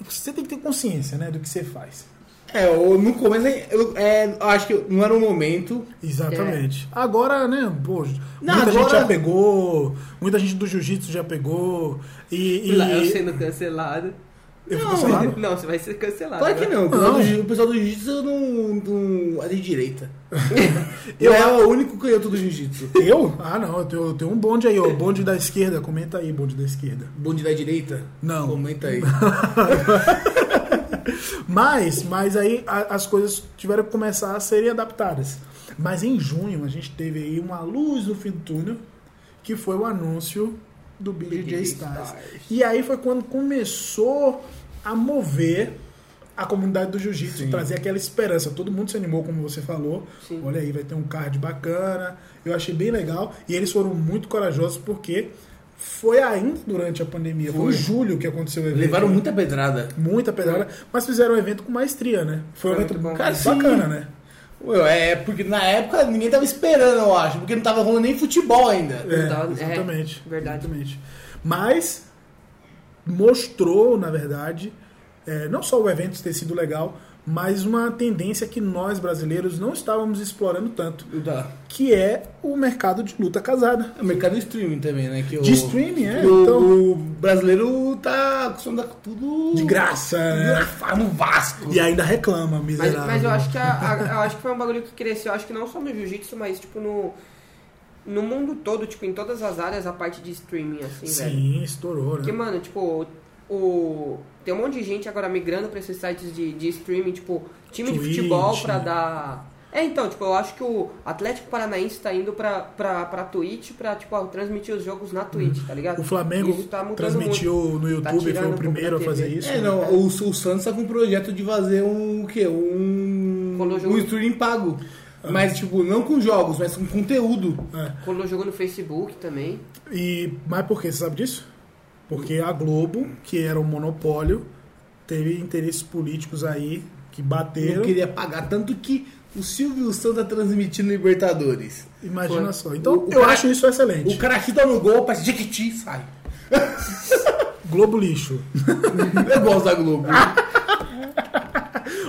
Speaker 1: você tem que ter consciência, né, do que você faz.
Speaker 2: É, eu, no começo, eu, é, eu acho que não era o momento.
Speaker 1: Exatamente. Agora, né, pô,
Speaker 2: Não,
Speaker 1: muita gente
Speaker 2: agora-
Speaker 1: já pegou, muita gente do jiu-jitsu já pegou. E,
Speaker 3: E lá eu né?
Speaker 1: e
Speaker 3: sendo cancelado.
Speaker 1: eu fui
Speaker 2: Não,
Speaker 1: cancelado?
Speaker 3: Não, você vai ser cancelado.
Speaker 2: Claro que
Speaker 3: né?
Speaker 2: não. O pessoal
Speaker 1: Não.
Speaker 2: do jiu- o pessoal do jiu-jitsu não, não é de direita.
Speaker 1: Eu-
Speaker 2: eu é o único canhoto do jiu-jitsu.
Speaker 1: Eu? Ah, não, eu tenho, eu tenho um bonde aí, ó. Bonde da esquerda, comenta aí, bonde da esquerda.
Speaker 2: Bonde da direita?
Speaker 1: Não.
Speaker 2: Comenta aí.
Speaker 1: Mas, mas aí a- as coisas tiveram que começar a serem adaptadas. Mas em junho a gente teve aí uma luz no fim do túnel, que foi o anúncio do BJJ Stars. E aí foi quando começou a mover a comunidade do jiu-jitsu, trazer aquela esperança. Todo mundo se animou, como você falou.
Speaker 3: Sim.
Speaker 1: Olha aí, vai ter um card bacana. Eu achei bem legal. E eles foram muito corajosos porque foi ainda durante a pandemia. Foi, em
Speaker 2: Foi.
Speaker 1: julho que aconteceu o evento.
Speaker 2: Levaram
Speaker 1: né?
Speaker 2: muita pedrada.
Speaker 1: Muita pedrada, mas fizeram o evento com maestria, né? Foi, um
Speaker 3: Foi
Speaker 1: evento
Speaker 3: muito bom.
Speaker 1: cara,
Speaker 2: Sim.
Speaker 1: bacana, né?
Speaker 2: Meu, é porque na época ninguém tava esperando, eu acho. Porque não tava rolando nem futebol ainda.
Speaker 1: É,
Speaker 3: Tava- é,
Speaker 1: exatamente.
Speaker 3: verdade.
Speaker 1: Exatamente. Mas mostrou, na verdade, é, não só o evento ter sido legal, mas uma tendência que nós brasileiros não estávamos explorando tanto,
Speaker 2: Tá.
Speaker 1: que é o mercado de luta casada.
Speaker 2: É o mercado do streaming também, né? Que
Speaker 1: De
Speaker 2: o,
Speaker 1: streaming, é,
Speaker 2: que O,
Speaker 1: então.
Speaker 2: o brasileiro tá acostumado a tudo... é
Speaker 1: De graça,
Speaker 2: De
Speaker 1: né?
Speaker 2: graça, no Vasco.
Speaker 1: E ainda reclama,
Speaker 3: Mas,
Speaker 1: miserável.
Speaker 3: mas eu acho que a- a- eu acho que foi um bagulho que cresceu, acho que não só no jiu-jitsu, mas tipo no no mundo todo, tipo em todas as áreas, a parte de streaming assim, velho.
Speaker 1: Sim, estourou,
Speaker 3: Porque
Speaker 1: né?
Speaker 3: mano, tipo, o tem um monte de gente agora migrando pra esses sites de, de streaming, tipo, time
Speaker 1: Twitch,
Speaker 3: de futebol pra
Speaker 1: né?
Speaker 3: dar é, então, tipo, eu acho que o Atlético Paranaense tá indo pra, pra, pra Twitch pra, tipo, ó, transmitir os jogos na Twitch, tá ligado?
Speaker 1: Uhum. O Flamengo
Speaker 3: Isso tá mudando
Speaker 1: transmitiu no
Speaker 3: Tá
Speaker 1: YouTube,
Speaker 3: tirando
Speaker 1: foi
Speaker 3: um
Speaker 1: o
Speaker 3: pouco
Speaker 1: primeiro
Speaker 3: da
Speaker 1: a fazer
Speaker 3: TV.
Speaker 1: isso.
Speaker 2: É, não, o, o Santos tá com um projeto de fazer um o quê? Um,
Speaker 3: Colou jogo.
Speaker 2: um streaming pago. Mas, tipo, não com jogos, mas com conteúdo.
Speaker 1: É.
Speaker 3: muito. Colou jogo no Facebook também.
Speaker 1: E, mas por que você sabe disso? Porque a Globo, que era um monopólio, teve interesses políticos aí que
Speaker 2: Eu
Speaker 1: bateram.
Speaker 2: queria pagar. Tanto que O Silvio Santos tá transmitindo Libertadores.
Speaker 1: Imagina
Speaker 3: Foi.
Speaker 1: só. Então,
Speaker 2: O- o
Speaker 1: eu
Speaker 2: cara-
Speaker 1: acho isso excelente.
Speaker 2: O cara chuta no gol, parece Jequiti, sai.
Speaker 1: Globo lixo.
Speaker 2: Eu gosto da Globo.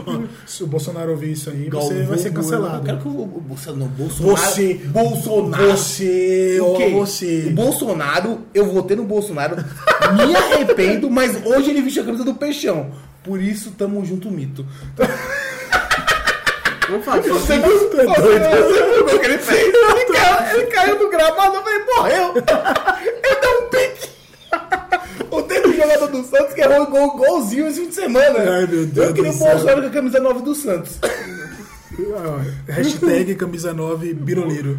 Speaker 1: Ó, Se o Bolsonaro ouvir isso aí, você
Speaker 2: Galvão
Speaker 1: vai ser
Speaker 2: Bueno. Eu
Speaker 1: cancelado.
Speaker 2: quero que o, o Bolsonaro. Não, Bolsonaro.
Speaker 1: Você-
Speaker 2: Bolsonaro.
Speaker 1: Você,
Speaker 2: O
Speaker 1: ó,
Speaker 2: quê?
Speaker 1: você.
Speaker 2: O Bolsonaro, eu votei no Bolsonaro, me arrependo, mas hoje ele vestiu a camisa do Peixão. Por isso, tamo junto, mito.
Speaker 3: Vamos falar disso.
Speaker 2: Você viu você viu o gol que ele fez? Ele caiu, ele caiu do gramado, eu falei, morreu. Eu dei um pique. O teve um jogador do Santos que errou um gol, golzinho esse fim de semana.
Speaker 1: Ai, meu Deus
Speaker 2: Eu queria
Speaker 1: do
Speaker 2: o
Speaker 1: céu.
Speaker 2: Bolsonaro com a camisa 9 do Santos.
Speaker 1: Ó, Ah, Hashtag camisa 9 biroleiro.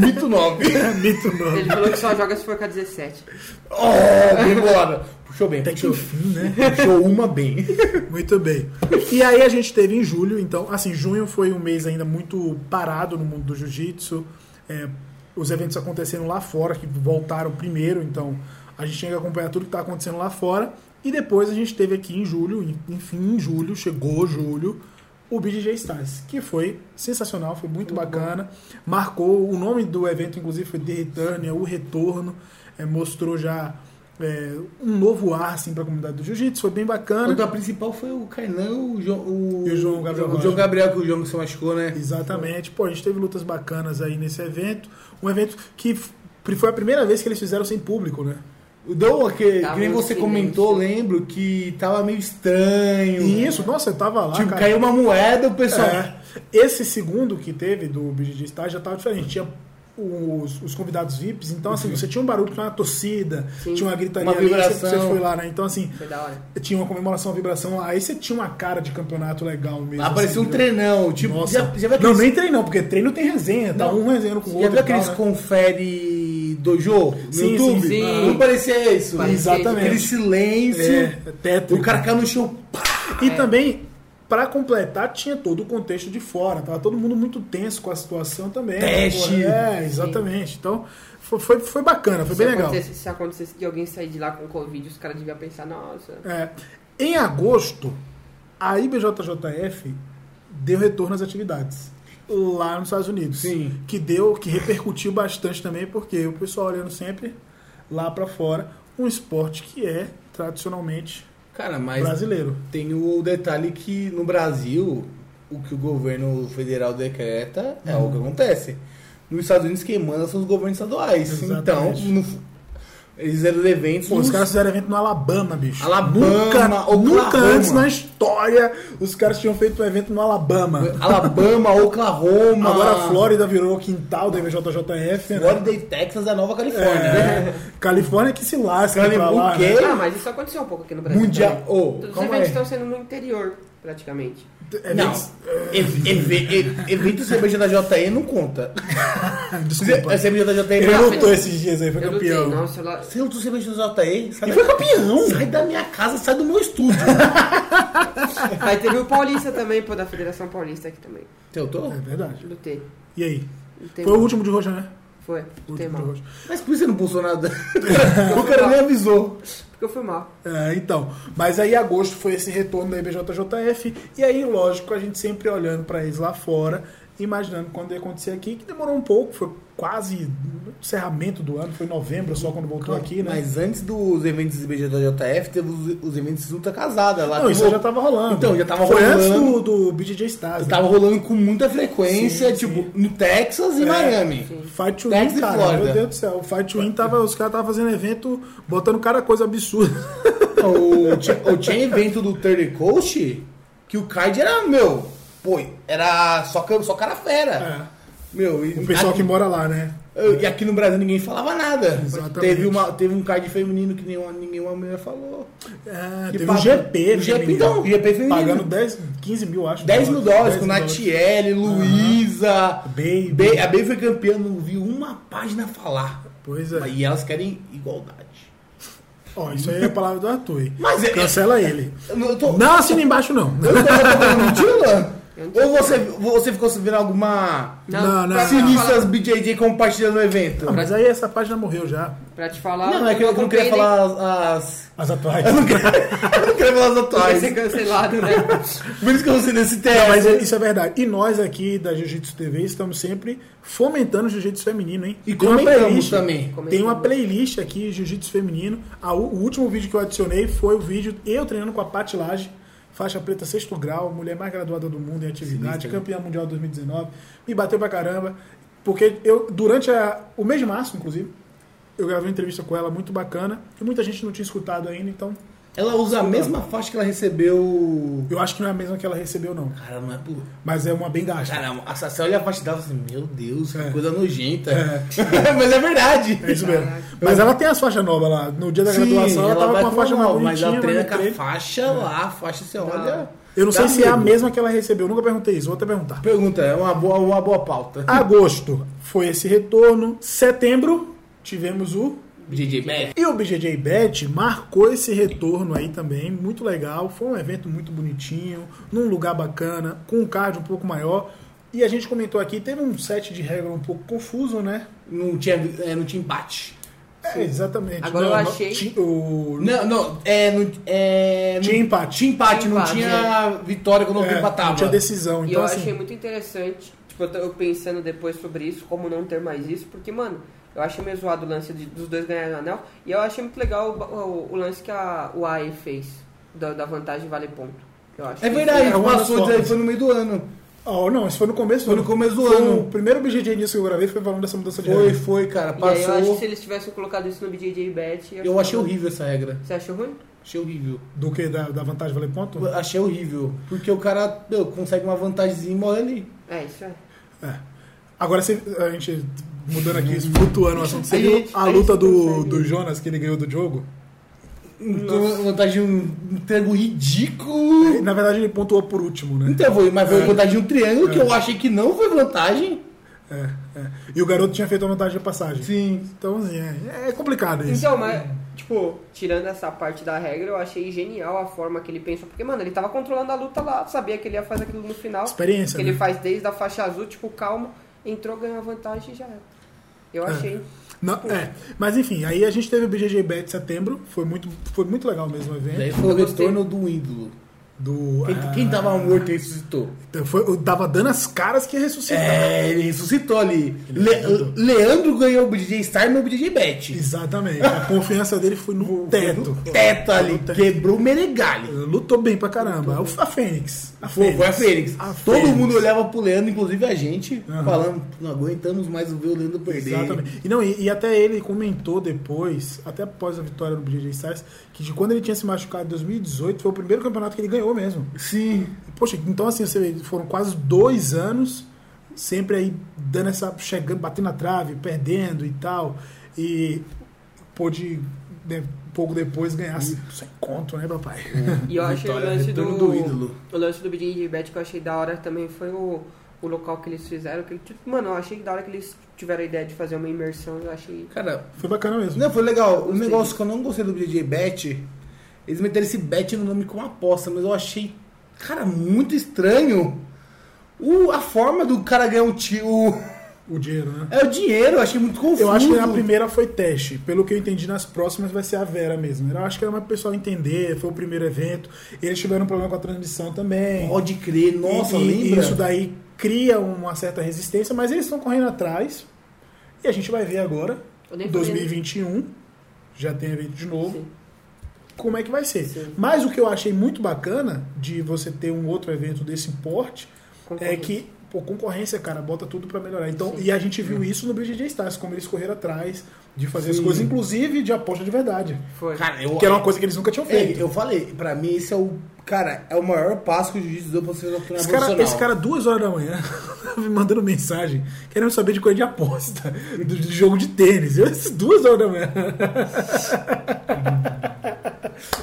Speaker 2: Mito 9.
Speaker 1: É mito
Speaker 3: Ele
Speaker 1: 9.
Speaker 3: falou que só joga se for com a 17.
Speaker 2: Oh, foi embora. Puxou bem,
Speaker 1: Até que
Speaker 2: puxou.
Speaker 1: enfim, né?
Speaker 2: Puxou uma bem.
Speaker 1: Muito bem. E aí a gente teve em julho, então, assim, junho foi um mês ainda muito parado no mundo do jiu-jitsu. É, os eventos aconteceram lá fora, que voltaram primeiro, então a gente tinha que acompanhar tudo que está acontecendo lá fora. E depois a gente teve aqui em julho, em- enfim, em julho, chegou julho, o BJJ Stars, que foi sensacional, foi muito bacana. Marcou, o nome do evento, inclusive, foi The Return, é o Retorno. É, mostrou já é, um novo ar, assim, para a comunidade do jiu-jitsu, foi bem bacana.
Speaker 2: O da Então, principal foi o Kainan, o João, o,
Speaker 1: E o João Gabriel
Speaker 2: o João Gabriel, que o João que se machucou, né?
Speaker 1: Exatamente. Pô, a gente teve lutas bacanas aí nesse evento. Um evento que f- foi a primeira vez que eles fizeram sem público, né?
Speaker 2: Deu aquele,
Speaker 3: Tava
Speaker 2: que nem
Speaker 3: um
Speaker 2: você
Speaker 3: silêncio.
Speaker 2: comentou, lembro, que tava meio estranho.
Speaker 1: E isso, nossa, eu tava lá, Ah,
Speaker 2: Tipo,
Speaker 1: cara.
Speaker 2: caiu uma moeda, o pessoal...
Speaker 1: É. Esse segundo que teve do BJJ Star já tava diferente. Tinha os, os convidados VIPs, então assim, você tinha um barulho, tinha uma torcida,
Speaker 3: Sim.
Speaker 1: tinha uma gritaria
Speaker 2: Uhum. Uma
Speaker 1: ali, você-
Speaker 2: vibração.
Speaker 1: você foi lá, né? Então assim,
Speaker 3: Foi da hora.
Speaker 1: tinha uma comemoração, uma vibração lá. Aí você tinha uma cara de campeonato legal mesmo.
Speaker 2: Apareceu
Speaker 1: assim,
Speaker 2: um
Speaker 1: entendeu?
Speaker 2: treinão, tipo,
Speaker 1: Nossa.
Speaker 2: já, já viu
Speaker 1: Não,
Speaker 2: aqueles,
Speaker 1: nem treino, porque treino tem resenha, tá
Speaker 2: Não.
Speaker 1: um resenhando com o
Speaker 2: já
Speaker 1: outro.
Speaker 2: viu
Speaker 1: e tal,
Speaker 2: aqueles
Speaker 1: né?
Speaker 2: confere dojo no
Speaker 1: Sim,
Speaker 2: YouTube?
Speaker 1: sim,
Speaker 3: sim.
Speaker 2: Não parecia isso.
Speaker 3: Parecia,
Speaker 1: Exatamente.
Speaker 2: Aquele silêncio,
Speaker 1: É, tétrico.
Speaker 2: o cara caiu no chão,
Speaker 1: E
Speaker 3: É.
Speaker 1: também, pra completar, tinha todo o contexto de fora. Tava todo mundo muito tenso com a situação também. né?
Speaker 2: Teste.
Speaker 1: É, exatamente. Então, foi, foi, foi bacana, foi bem
Speaker 3: se
Speaker 1: legal.
Speaker 3: Acontecesse, se acontecesse de alguém sair de lá com Covid, os caras deviam pensar, nossa.
Speaker 1: É. Em agosto, a IBJJF deu retorno às atividades lá nos Estados Unidos.
Speaker 2: Sim.
Speaker 1: Que deu, que repercutiu bastante também, porque o pessoal olhando sempre lá pra fora um esporte que é tradicionalmente
Speaker 2: Cara, mas
Speaker 1: brasileiro.
Speaker 2: tem o detalhe que no Brasil, o que o governo federal decreta é
Speaker 1: Uhum.
Speaker 2: o que acontece. Nos Estados Unidos, quem manda são os governos estaduais.
Speaker 1: Exatamente.
Speaker 2: Então, no- eles eram eventos.
Speaker 1: Pô, os
Speaker 2: nos-
Speaker 1: caras fizeram evento no Alabama, bicho.
Speaker 2: Alabama,
Speaker 1: nunca,
Speaker 2: Oklahoma.
Speaker 1: nunca antes na história os caras tinham feito um evento no Alabama.
Speaker 2: Alabama, Oklahoma.
Speaker 1: Agora a Flórida virou quintal da IBJJF, né?
Speaker 2: Flórida e Texas da Nova Califórnia. né?
Speaker 1: É, Califórnia que se lasca pra
Speaker 2: Califórnia,
Speaker 1: lá.
Speaker 2: o quê?
Speaker 1: né?
Speaker 3: Ah, mas isso aconteceu um pouco aqui no Brasil.
Speaker 2: Mundial.
Speaker 1: É.
Speaker 3: também.
Speaker 2: Ô,
Speaker 3: Todos os
Speaker 2: calma
Speaker 3: eventos
Speaker 2: aí.
Speaker 3: estão sendo no interior, praticamente.
Speaker 1: né?
Speaker 2: Não.
Speaker 1: Eventos-
Speaker 2: Ev- ev- ev- Evento cerveja da JE não conta. é
Speaker 1: Desculpa.
Speaker 2: Cerveja da JE
Speaker 1: Ele
Speaker 3: não-
Speaker 1: lutou esses dias aí, foi
Speaker 3: Eu lutei,
Speaker 1: campeão.
Speaker 3: nossa, lá.
Speaker 2: Você lutou cerveja da JE? Sai
Speaker 1: Ele foi
Speaker 2: da-
Speaker 1: campeão.
Speaker 2: Sai da minha casa, sai do meu estúdio.
Speaker 3: Aí teve o Paulista também, pô, da Federação Paulista aqui também.
Speaker 2: Eu tô?
Speaker 1: É verdade.
Speaker 3: Lutei.
Speaker 1: E aí?
Speaker 3: Lutei
Speaker 1: Foi o
Speaker 3: mal.
Speaker 1: último de roxa, né?
Speaker 3: Foi,
Speaker 1: O
Speaker 3: lutei
Speaker 1: último de
Speaker 3: mal.
Speaker 1: roxa.
Speaker 2: Mas por isso você não pulsou nada? o cara nem avisou.
Speaker 3: Porque eu fui mal.
Speaker 1: É, então, mas aí agosto foi esse retorno da IBJJF, e aí, lógico, a gente sempre olhando pra eles lá fora, imaginando quando ia acontecer aqui, que demorou um pouco, foi quase o encerramento do ano, foi novembro só quando voltou aqui, né?
Speaker 2: Mas antes dos eventos de BJ da JF, teve os, os eventos de luta casada lá.
Speaker 1: Não,
Speaker 2: que
Speaker 1: isso
Speaker 2: vo-
Speaker 1: já tava rolando.
Speaker 2: Então, já tava
Speaker 1: foi
Speaker 2: rolando.
Speaker 1: antes do, do BJJ Stars.
Speaker 2: Tava rolando com muita frequência,
Speaker 1: Sim,
Speaker 2: tipo, no Texas e
Speaker 1: É,
Speaker 2: Miami.
Speaker 3: sim.
Speaker 1: Fight to
Speaker 2: Texas
Speaker 1: Win,
Speaker 2: e
Speaker 1: cara,
Speaker 2: Flórida.
Speaker 1: meu Deus do céu. O Fight to Win, tava, os caras estavam fazendo evento, botando cara coisa absurda.
Speaker 2: Então, O, ti- o tinha evento do Third Coast que o card era, meu, pô, era só, ca- só cara fera. Meu, e,
Speaker 1: O É. Um pessoal
Speaker 2: aqui,
Speaker 1: que mora lá, né?
Speaker 2: e aqui no Brasil ninguém falava nada.
Speaker 1: Exatamente.
Speaker 2: Teve, uma, teve um card feminino que nenhuma, nenhuma mulher falou.
Speaker 1: É,
Speaker 2: Que
Speaker 1: teve um
Speaker 2: paga-
Speaker 1: GP,
Speaker 2: um
Speaker 1: se não
Speaker 2: GP,
Speaker 1: me engano.
Speaker 2: então, GP feminino.
Speaker 1: Pagando 10, 15 mil, acho.
Speaker 2: 10 mil dólares
Speaker 1: 10
Speaker 2: com
Speaker 1: mil dólares.
Speaker 2: Natiele, Luísa.
Speaker 1: Baby.
Speaker 2: Ba- A Baby foi campeã, não vi uma página falar.
Speaker 1: Pois é.
Speaker 2: E elas querem igualdade.
Speaker 1: Ó, isso aí é a palavra do Arthur. hein?
Speaker 2: Mas é-
Speaker 1: Cancela ele.
Speaker 2: Eu não- eu tô.
Speaker 1: Não assina embaixo, não.
Speaker 2: Eu tô eu tô falando mentira?
Speaker 3: Eu não sei.
Speaker 2: Ou você, você ficou vendo alguma.
Speaker 1: Não, não,
Speaker 2: Pra sinistras BJJ compartilhando o evento?
Speaker 1: Mas aí essa página morreu já.
Speaker 3: Pra te falar.
Speaker 2: Não, é que eu não queria
Speaker 3: comprei
Speaker 2: falar as. as-
Speaker 4: As atuais.
Speaker 2: Eu não queria falar as
Speaker 3: nem- Vai
Speaker 2: atuais.
Speaker 3: ser cancelado, né?
Speaker 2: Por isso que eu não sei desse
Speaker 1: Não, mas
Speaker 2: tema.
Speaker 1: é- isso é verdade. E nós aqui da Jiu-Jitsu TV estamos sempre fomentando o Jiu-Jitsu feminino, hein?
Speaker 2: E
Speaker 1: Tem uma
Speaker 2: comentamos
Speaker 1: playlist-
Speaker 2: também.
Speaker 1: Tem uma playlist aqui, Jiu-Jitsu feminino. A u- o último vídeo que eu adicionei foi o vídeo eu treinando com a Paty Laje, faixa preta sexto grau, mulher mais graduada do mundo em atividade, campeã mundial 2019. Me bateu pra caramba, porque eu durante a- o mês de março, inclusive, eu gravei uma entrevista com ela muito bacana, que muita gente não tinha escutado ainda, então
Speaker 2: Ela usa a mesma faixa que ela recebeu.
Speaker 1: eu acho que não é a mesma que ela recebeu não,
Speaker 2: Cara, não é por.
Speaker 1: mas é uma bem gasta.
Speaker 2: Cara, a- você olha a faixa dela e fala assim, meu Deus, que
Speaker 1: É.
Speaker 2: coisa nojenta.
Speaker 1: É.
Speaker 2: mas é verdade.
Speaker 1: É isso mesmo. Mas ela tem as faixas novas lá. No dia da graduação, ela, tava com uma faixa
Speaker 2: normal,
Speaker 1: nova.
Speaker 2: mas É. Tá. ela treina com a
Speaker 1: treino.
Speaker 2: faixa lá, a faixa você olha. Tá
Speaker 1: Eu não
Speaker 2: dá
Speaker 1: sei se é a
Speaker 2: medo.
Speaker 1: mesma que ela recebeu. Eu nunca perguntei isso. Vou até perguntar.
Speaker 2: Pergunta, é uma boa, uma boa pauta.
Speaker 1: Agosto foi esse retorno. Setembro tivemos o.
Speaker 2: DJ Mac.
Speaker 1: E o BJJ Bet marcou esse retorno aí também, muito legal. Foi um evento muito bonitinho, num lugar bacana, com um card um pouco maior. E a gente comentou aqui, teve um set de regra um pouco confuso, né?
Speaker 2: Não tinha, é, não tinha empate.
Speaker 1: É, exatamente.
Speaker 3: Agora eu achei.
Speaker 1: ti- o-
Speaker 2: Não, não, é, não, é, não-
Speaker 1: Tinha empate.
Speaker 2: Tinha empate, não
Speaker 3: Empate,
Speaker 2: tinha vitória quando
Speaker 1: é,
Speaker 2: eu empatava.
Speaker 1: não tinha decisão.
Speaker 3: E
Speaker 1: Então,
Speaker 3: eu
Speaker 1: assim,
Speaker 3: achei muito interessante, tipo, eu tô- eu pensando depois sobre isso, como não ter mais isso, porque, mano, eu achei meio zoado o lance de- dos dois ganharem o anel, e eu achei muito legal o, ba- o- o lance que a, o AE fez, da, da vantagem vale ponto. Eu acho
Speaker 2: É
Speaker 3: que-
Speaker 2: verdade,
Speaker 1: É uma das
Speaker 2: passou,
Speaker 1: formas.
Speaker 2: foi no meio do ano.
Speaker 1: Oh, não, isso foi no começo do
Speaker 2: Foi no
Speaker 1: ano.
Speaker 2: começo do
Speaker 1: Foi
Speaker 2: ano.
Speaker 1: O primeiro BGG nisso que eu gravei foi falando dessa mudança de
Speaker 2: Foi,
Speaker 1: regra.
Speaker 2: foi, cara,
Speaker 3: E aí eu acho que
Speaker 2: É, passou.
Speaker 3: se eles tivessem colocado isso no BJJ Bet...
Speaker 2: Eu achei horrível essa regra.
Speaker 3: Você achou ruim?
Speaker 2: Achei horrível.
Speaker 1: Do que? Da, da vantagem valer ponto?
Speaker 2: Achei horrível. Porque o cara meu, consegue uma vantagemzinha e morre ali.
Speaker 3: É, isso é.
Speaker 1: É. Agora se- a gente mudando aqui, flutuando o assunto. Você
Speaker 3: A
Speaker 1: viu
Speaker 3: gente-
Speaker 1: a
Speaker 3: a
Speaker 1: luta
Speaker 3: gente
Speaker 1: do,
Speaker 3: consegue.
Speaker 1: do Jonas que ele ganhou do jogo?
Speaker 2: Então, uma vantagem, um triângulo ridículo.
Speaker 1: Na verdade, ele pontuou por último, né?
Speaker 2: Então, foi, mas foi vantagem de um triângulo que eu achei que não foi vantagem.
Speaker 1: É, é. E o garoto tinha feito a vantagem de passagem.
Speaker 2: Sim.
Speaker 1: Então, assim, é, é complicado isso.
Speaker 3: Então, mas, tipo, tirando essa parte da regra, eu achei genial a forma que ele pensou. Porque, mano, ele tava controlando a luta lá, sabia que ele ia fazer aquilo no final.
Speaker 1: Experiência,
Speaker 3: Que
Speaker 1: né?
Speaker 3: ele faz desde a faixa azul, tipo, calma, entrou, ganhou a vantagem e já era. Eu achei.
Speaker 1: Não, é. Mas enfim, aí a gente teve o BGG Bet em setembro. Foi muito, foi muito legal mesmo o evento.
Speaker 2: Daí foi o
Speaker 3: Eu gostei.
Speaker 2: retorno do ídolo.
Speaker 1: Do,
Speaker 2: um Quem,
Speaker 1: ah,
Speaker 2: quem tava morto ressuscitou.
Speaker 1: foi, eu tava dando as caras que ia ressuscitar.
Speaker 2: É, ele ressuscitou ali. Le- Leandro ganhou o BJ Star no BJ Bet.
Speaker 1: Exatamente. A confiança dele foi no teto.
Speaker 2: Teto ali, quebrou o Menegali.
Speaker 1: Lutou bem pra caramba. É A Fênix. A
Speaker 2: Foi, foi a Fênix.
Speaker 1: A
Speaker 2: Todo
Speaker 1: Fênix.
Speaker 2: mundo olhava pro Leandro, inclusive a gente,
Speaker 1: Aham.
Speaker 2: falando, não aguentamos mais ver o Leandro perder.
Speaker 1: Exatamente. E, não, e, e até ele comentou depois, até após a vitória no BJJ Stars, que de quando ele tinha se machucado em 2018, foi o primeiro campeonato que ele ganhou mesmo.
Speaker 2: Sim.
Speaker 1: Poxa, então assim, você vê, foram quase dois anos sempre aí dando essa. chegando, batendo na trave, perdendo e tal. E pôde, né, pouco depois, ganhar sem conto, né, papai?
Speaker 3: E eu achei o
Speaker 1: Vitória,
Speaker 3: lance do.
Speaker 1: retorno do ídolo.
Speaker 3: o lance do BJJ Bet que eu achei da hora também foi o, o local que eles fizeram. Que, tipo, mano, eu achei da hora que eles tiveram a ideia de fazer uma imersão. Eu achei.
Speaker 2: Cara,
Speaker 1: Foi bacana mesmo.
Speaker 2: não, foi legal. O negócio que eu não gostei do BJ Bet, eles meteram esse bet no nome com aposta, mas eu achei, cara, muito estranho o, a forma do cara ganhar um o tio.
Speaker 1: O dinheiro, né?
Speaker 2: É o dinheiro, eu achei muito confuso.
Speaker 1: Eu acho que a primeira foi teste. Pelo que eu entendi, nas próximas vai ser a Vera mesmo. Eu acho que era mais pro pessoal entender, foi o primeiro evento. Eles tiveram um problema com a transmissão também.
Speaker 2: Pode crer, nossa,
Speaker 1: e, e
Speaker 2: lembra?
Speaker 1: isso daí cria uma certa resistência, mas eles estão correndo atrás. E a gente vai ver agora,
Speaker 3: Eu nem
Speaker 1: 2021, já tem evento de novo.
Speaker 3: Sim.
Speaker 1: Como é que vai ser?
Speaker 3: Sim.
Speaker 1: Mas o que eu achei muito bacana de você ter um outro evento desse porte é
Speaker 3: Concorrência.
Speaker 1: que, pô, concorrência, cara, bota tudo pra melhorar. Então,
Speaker 3: Sim. Hum.
Speaker 1: e a gente viu isso no BGG Stars, como eles correram atrás de fazer as coisas, inclusive de aposta de verdade.
Speaker 3: Foi.
Speaker 2: Cara, eu,
Speaker 1: Que era uma coisa que eles nunca tinham
Speaker 2: É,
Speaker 1: feito.
Speaker 2: eu falei, pra mim esse é o. Cara, é o maior passo que o juiz deu pra você na
Speaker 1: Esse
Speaker 2: é profissional.
Speaker 1: cara, esse cara, duas horas da manhã, me mandando mensagem, querendo saber de coisa de aposta, do, do jogo de tênis. Eu, essas duas horas da manhã.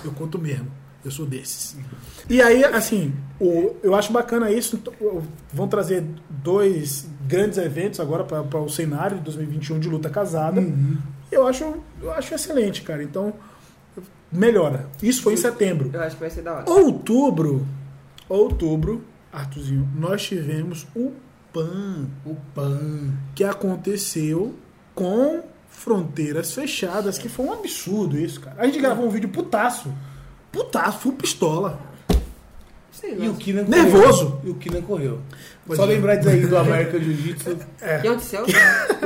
Speaker 1: Eu conto mesmo. Eu sou desses. E aí, assim, o- eu acho bacana isso. Então, o- Vão trazer dois grandes eventos agora para o cenário de 2021 de luta casada. Eu, acho, eu acho excelente, cara. Então, melhora. Isso foi em setembro.
Speaker 3: Eu acho que vai ser da hora.
Speaker 1: Outubro, outubro, Arthurzinho, nós tivemos o PAN,
Speaker 2: O PAN.
Speaker 1: que aconteceu com fronteiras fechadas, que foi um absurdo isso, cara. A gente gravou um vídeo putaço. Putaço, full pistola.
Speaker 3: Sei lá.
Speaker 2: E o Kina
Speaker 1: Nervoso.
Speaker 2: correu. E o Kina correu.
Speaker 1: Pois
Speaker 2: Só
Speaker 1: é.
Speaker 2: lembrar disso aí do América Jiu-Jitsu.
Speaker 3: O que aconteceu?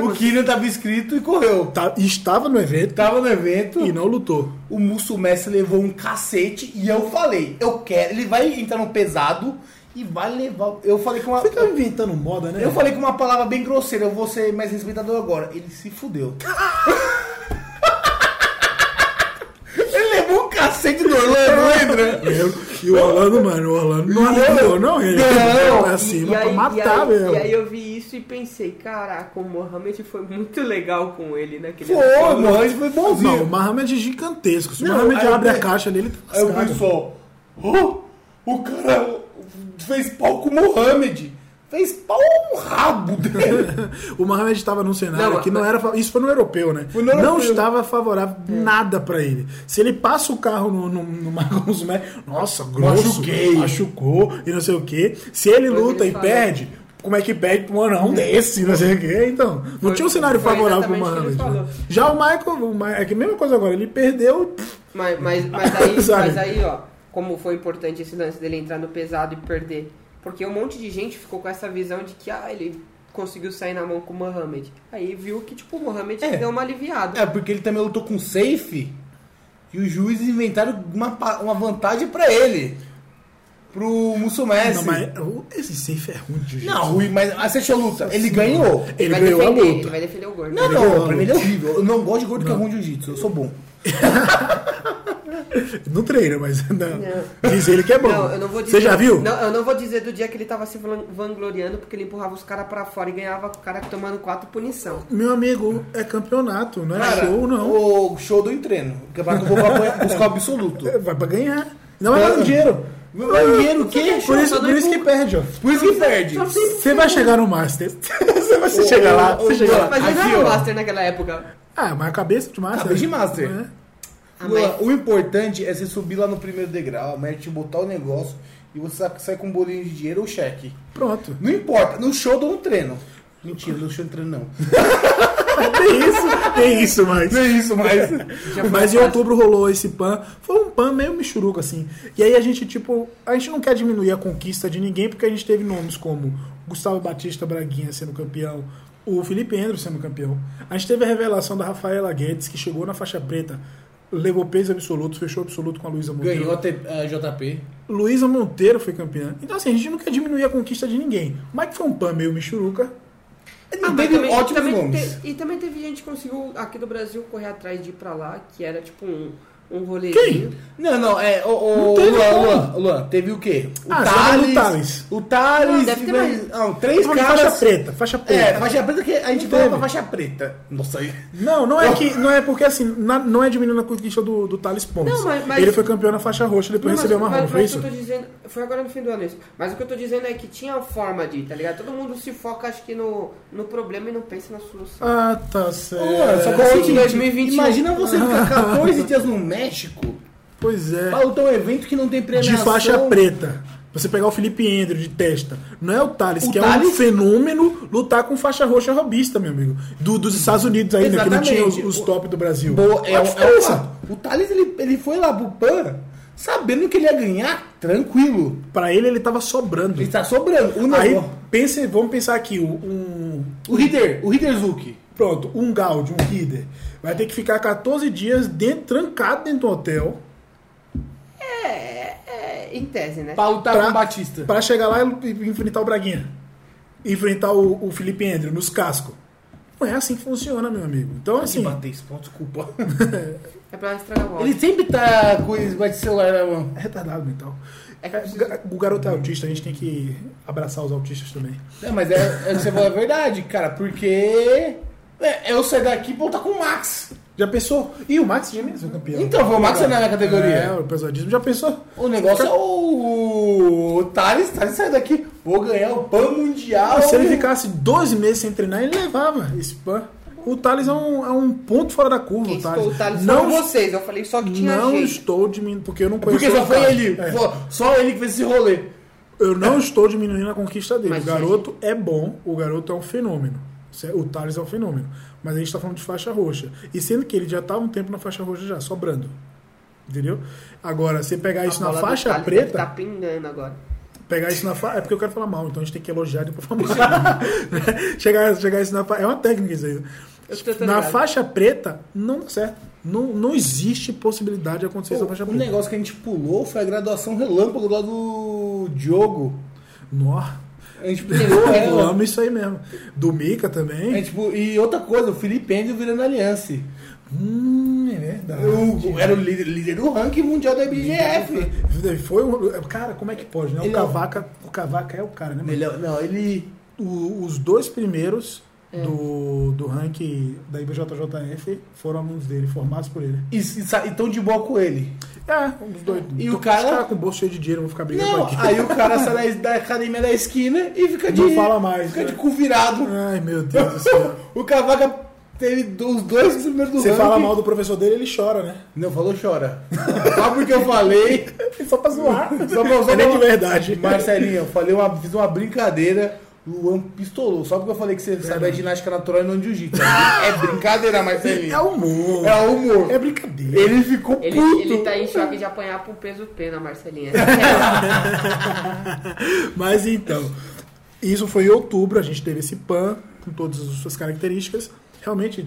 Speaker 2: O Kina tava inscrito e correu.
Speaker 1: Tá- estava no evento
Speaker 2: Tava no evento,
Speaker 1: e não lutou.
Speaker 2: o Musso Messi levou um cacete e eu falei, eu quero, ele vai entrar no pesado e vai levar. Eu falei com uma.
Speaker 1: Fica inventando moda, né?
Speaker 2: Eu falei com uma palavra bem grosseira, eu vou ser mais respeitador agora. Ele se fudeu. ele levou um cacete do Orlando, né, lembra?
Speaker 1: Eu- E o Orlando, mano, o Orlando não arrepiou, não. Ele
Speaker 2: Não.
Speaker 1: foi pra
Speaker 3: E-
Speaker 1: cima assim,
Speaker 3: e, aí,
Speaker 1: pra
Speaker 3: e
Speaker 1: matar,
Speaker 3: aí-
Speaker 1: velho.
Speaker 3: e aí eu vi isso e pensei, caraca, o Mohamed foi muito legal com ele naquele
Speaker 2: Foi, mano, ele foi bonzinho.
Speaker 1: Não, o Mohamed é gigantesco. Se o
Speaker 2: Não,
Speaker 1: Mohamed
Speaker 2: aí eu
Speaker 1: abre a
Speaker 2: pe-
Speaker 1: caixa ali, ele tá
Speaker 2: Aí o
Speaker 1: lascado.
Speaker 2: pessoal, "Hã? o cara fez pau com o Mohamed. Fez pau no rabo dele.
Speaker 1: O Mohamed estava num cenário
Speaker 3: Não,
Speaker 1: que não
Speaker 3: mas-
Speaker 1: era. fa- Isso foi no europeu, né?
Speaker 2: é- Foi no europeu.
Speaker 1: Não estava favorável nada pra ele. Se ele passa o carro no, no, no Marcos Mé, nossa, grosso,
Speaker 2: Machuquei.
Speaker 1: machucou e não sei o quê. Se ele
Speaker 3: Foi o que
Speaker 1: luta
Speaker 3: ele
Speaker 1: e
Speaker 3: falou.
Speaker 1: perde, como é que perde pra um
Speaker 2: Hum.
Speaker 1: anão desse, não sei o quê? Então, não
Speaker 3: Foi-
Speaker 1: tinha um cenário
Speaker 3: foi
Speaker 1: favorável pro
Speaker 3: exatamente o
Speaker 1: Mohamed.
Speaker 3: que ele
Speaker 1: né? Já o Michael, o Ma- é que a mesma coisa agora, ele perdeu. pff,
Speaker 3: Mas, mas, mas, aí,
Speaker 1: Sabe?
Speaker 3: mas aí, ó, como foi importante esse lance dele entrar no pesado e perder. Porque um monte de gente ficou com essa visão de que, ah, ele conseguiu sair na mão com o Mohamed. Aí viu que, tipo, o Mohamed
Speaker 2: É.
Speaker 3: deu uma aliviada.
Speaker 2: é, porque ele também lutou com o safe e os juízes inventaram uma, pa- uma vantagem pra ele. Pro Mussumessi.
Speaker 1: Não, mas o- esse safe é ruim de jeito.
Speaker 2: É Não, ruim, mas assiste a luta. Ele ganhou.
Speaker 1: ele
Speaker 3: vai
Speaker 1: ganhou a
Speaker 3: defender,
Speaker 1: luta.
Speaker 3: ele vai defender o gordo.
Speaker 2: Não,
Speaker 1: ganhou a
Speaker 2: não, pra
Speaker 1: luta.
Speaker 2: mim ele é horrível. Eu não gosto de gordo que é ruim de jiu-jitsu. Eu sou bom.
Speaker 1: Não treina, mas não. diz ele que é bom.
Speaker 3: Não, eu não vou dizer.
Speaker 1: Você já viu?
Speaker 3: Não, eu não vou dizer do dia que ele tava se van- vangloriando porque ele empurrava os caras pra fora e ganhava o cara tomando quatro punição.
Speaker 1: Meu amigo, é campeonato, não é
Speaker 2: Cara,
Speaker 1: show, não.
Speaker 2: O show do treino. O campeonato do Bobo é buscar o absoluto.
Speaker 1: É, Vai pra ganhar. Não
Speaker 2: É.
Speaker 1: vai ganhar dinheiro.
Speaker 2: Não vai ganhar dinheiro, o quê?
Speaker 1: Por isso,
Speaker 3: Só
Speaker 1: por isso
Speaker 3: dá
Speaker 1: que perde, ó.
Speaker 2: Por isso que perde.
Speaker 1: Você vai chegar no Master. Você vai você chegar lá.
Speaker 2: ô,
Speaker 1: Você
Speaker 2: ô,
Speaker 1: chega lá.
Speaker 2: Luan.
Speaker 3: Mas ele
Speaker 2: Aqui,
Speaker 3: não era
Speaker 2: ó.
Speaker 3: o Master naquela época.
Speaker 1: Ah, mas a cabeça de Master.
Speaker 2: Cabeça de master.
Speaker 1: né?
Speaker 3: Ah,
Speaker 2: Luan,
Speaker 3: mas-
Speaker 2: o importante é você subir lá no primeiro degrau, a média te botar o negócio e você sabe que sai com um bolinho de dinheiro ou cheque.
Speaker 1: Pronto.
Speaker 2: Não importa, no show ou no treino. Mentira, no show e no treino não.
Speaker 1: Tem isso, tem isso, mas.
Speaker 2: Não é isso, mas.
Speaker 3: Já foi
Speaker 1: Mas em
Speaker 3: fácil.
Speaker 1: outubro rolou esse pan. Foi um pan meio michuruco, assim. E aí a gente, tipo, a gente não quer diminuir a conquista de ninguém, porque a gente teve nomes como Gustavo Batista Braguinha sendo campeão, o Felipe Endro sendo campeão. A gente teve a revelação da Rafaela Guedes, que chegou na faixa preta, levou peso absoluto, fechou absoluto com a Luísa Monteiro.
Speaker 2: Ganhou a T- a JP.
Speaker 1: Luísa Monteiro foi campeã. Então, assim, a gente não quer diminuir a conquista de ninguém. Mas que foi um pan meio michuruca.
Speaker 2: Não
Speaker 3: Ah,
Speaker 1: Ah,
Speaker 3: mas
Speaker 2: teve
Speaker 3: também-
Speaker 2: ótimos
Speaker 3: também
Speaker 2: nomes.
Speaker 3: te- e também teve gente que conseguiu aqui do Brasil correr atrás de ir pra lá, que era tipo um, um rolezinho.
Speaker 2: Não, não, é. O, o,
Speaker 1: Não teve
Speaker 2: Luan,
Speaker 1: como.
Speaker 2: Luan, Luan, teve o quê? O
Speaker 1: Ah,
Speaker 2: Thales.
Speaker 1: só do Thales.
Speaker 2: O Thales.
Speaker 3: Não, deve ter
Speaker 2: mas-
Speaker 3: mais.
Speaker 2: não, três
Speaker 1: Foi
Speaker 2: caras.
Speaker 1: faixa preta, faixa preta.
Speaker 2: É, faixa preta que a gente
Speaker 1: Não
Speaker 2: fala
Speaker 1: teve.
Speaker 2: pra faixa preta. Nossa, aí.
Speaker 1: Não, não é que. Não é porque assim, na- não é diminuindo a conquista do, do Thales Pontes.
Speaker 3: Não, mas- mas-
Speaker 1: Ele foi campeão na faixa roxa, depois
Speaker 3: Não,
Speaker 1: recebeu uma marrom,
Speaker 3: mas,
Speaker 1: foi
Speaker 3: mas
Speaker 1: isso?
Speaker 3: o que eu tô dizendo, foi agora no fim do ano isso. Mas o que eu tô dizendo é que tinha forma de, ir, tá ligado? Todo mundo se foca, acho que, no, no problema e não pensa na solução.
Speaker 1: Ah, tá
Speaker 2: Luan, só
Speaker 1: certo.
Speaker 2: que é o
Speaker 3: Sim,
Speaker 2: seguinte,
Speaker 3: 2021.
Speaker 2: Imagina você ficar 14 dias no México
Speaker 1: Pois é.
Speaker 2: pra lutar um evento que não tem
Speaker 1: De
Speaker 2: premiação.
Speaker 1: faixa preta. Você pegar o Felipe Endro de testa. Não é o Thales,
Speaker 2: O
Speaker 1: que é um
Speaker 2: Thales-
Speaker 1: fenômeno lutar com faixa roxa robista, meu amigo. Do- dos Estados Unidos ainda, que não
Speaker 2: Exatamente.
Speaker 1: tinha os, os top do Brasil.
Speaker 2: Boa, é,
Speaker 1: Qual
Speaker 2: um-
Speaker 1: a
Speaker 2: é um
Speaker 1: diferença?
Speaker 2: fato. o Thales, ele, ele foi lá pro PAN sabendo que ele ia ganhar tranquilo.
Speaker 1: Pra ele, ele tava sobrando.
Speaker 2: Ele tá sobrando. O,
Speaker 1: Aí,
Speaker 2: negócio-
Speaker 1: pense, vamos pensar aqui, o- um,
Speaker 2: o Ritter, o Ritterzuki.
Speaker 1: Pronto, um Gaudi, um líder, vai ter que ficar 14 dias dentro, trancado dentro do hotel
Speaker 3: É, em tese, né?
Speaker 2: Pra lutar
Speaker 1: Pra-
Speaker 2: tá com o Batista.
Speaker 1: pra chegar lá e e enfrentar o Braguinha. Enfrentar o, o Felipe Andrew nos cascos. Não é assim que funciona, meu amigo. Então,
Speaker 2: Assim,
Speaker 1: assim,
Speaker 2: bater esse ponto, desculpa.
Speaker 3: É pra estragar o ódio.
Speaker 2: Ele sempre tá com esse negócio de celular na mão.
Speaker 1: é retardado mental.
Speaker 3: É que eu preciso-
Speaker 1: O ga- O garoto é autista, a gente tem que abraçar os autistas também.
Speaker 2: É, mas é, é você falou a verdade, cara, porque. É, eu sair daqui e voltar com o Max.
Speaker 1: Já pensou? E o Max Gêmeos foi campeão.
Speaker 2: Então, foi o Max na minha categoria.
Speaker 1: É, o pesadismo. Já pensou?
Speaker 2: O negócio é o. O Thales, Thales sai daqui, vou ganhar o PAN Mundial.
Speaker 1: Se ele ficasse 12 meses sem treinar, ele levava esse pan. O Thales é um, é um ponto fora da curva.
Speaker 3: Quem
Speaker 1: o Thales.
Speaker 3: estou o Thales
Speaker 1: não
Speaker 3: foram vocês, eu falei só que tinha
Speaker 1: Não
Speaker 3: gente.
Speaker 1: estou diminuindo, porque eu não conheço.
Speaker 2: Porque só
Speaker 1: o
Speaker 2: foi
Speaker 1: Thales.
Speaker 2: ele,
Speaker 1: É.
Speaker 2: só- só ele que fez esse rolê.
Speaker 1: Eu não estou diminuindo a conquista dele.
Speaker 3: Mas
Speaker 1: o garoto é bom, o garoto é um fenômeno. Cê- O Thales é um fenômeno. Mas a gente está falando de faixa roxa. E sendo que ele já estava um tempo na faixa roxa já, sobrando. Entendeu? Agora, você pegar isso na
Speaker 3: bola Tá do
Speaker 1: faixa
Speaker 3: Thales deve
Speaker 1: preta.
Speaker 3: Tá pingando agora.
Speaker 1: Pegar isso na faixa. É porque eu quero falar mal, então a gente tem que elogiar e depois falar mal. chegar, chegar isso na faixa. É uma técnica isso aí.
Speaker 3: Eu tô- tô
Speaker 1: Na
Speaker 3: ligado.
Speaker 1: faixa preta, não dá certo. Não, não existe possibilidade de acontecer essa faixa
Speaker 2: O
Speaker 1: preta.
Speaker 2: negócio que a gente pulou foi a graduação relâmpago lá do Diogo.
Speaker 1: Nó.
Speaker 2: A gente pulou
Speaker 1: Eu
Speaker 2: ela.
Speaker 1: amo isso aí mesmo. Do Mika
Speaker 2: A
Speaker 1: também.
Speaker 2: gente pu- e outra coisa, o Felipe Enzo virando aliança.
Speaker 1: Hum, é verdade.
Speaker 2: O- Era o líder, líder do ranking mundial da IBGF.
Speaker 1: Foi um. Cara, como é que pode, né? O
Speaker 2: Ele- um-
Speaker 1: Cavaca, o Cavaca é o cara, né? mano?
Speaker 2: Ele é- não, ele.
Speaker 1: O- os dois primeiros do, do ranking da IBJJF foram alunos dele, formados por ele.
Speaker 2: E, e, sa- e tão de boa com ele.
Speaker 1: É, um dos dois.
Speaker 2: E
Speaker 1: Tô-
Speaker 2: o cara-
Speaker 1: Os caras com o bolso cheio de dinheiro vão ficar brigando
Speaker 2: Não,
Speaker 1: aqui.
Speaker 2: aí o cara sai da, da academia da esquina e fica de.
Speaker 1: Não fala mais,
Speaker 2: Fica
Speaker 1: né?
Speaker 2: de cu virado.
Speaker 1: Ai, meu Deus do céu.
Speaker 2: O Cavaca teve os dois primeiros do
Speaker 1: Você
Speaker 2: ranking.
Speaker 1: fala mal do professor dele, ele chora, né?
Speaker 2: Não, falou chora. Só porque eu falei.
Speaker 1: Só pra zoar.
Speaker 2: Só pra
Speaker 1: É
Speaker 2: usar
Speaker 1: nem de verdade.
Speaker 2: Marcelinho, eu falei uma, fiz uma brincadeira. Luan pistolou. Só porque eu falei que você
Speaker 1: É.
Speaker 2: sabe a ginástica natural e não jiu-jitsu. É brincadeira, Marcelinho.
Speaker 1: É humor.
Speaker 2: É humor.
Speaker 1: É brincadeira.
Speaker 2: Ele ficou
Speaker 3: Ele,
Speaker 2: puto.
Speaker 3: ele tá em choque de apanhar pro peso pena, Marcelinha.
Speaker 1: Mas então, isso foi em outubro, a gente teve esse PAN com todas as suas características. Realmente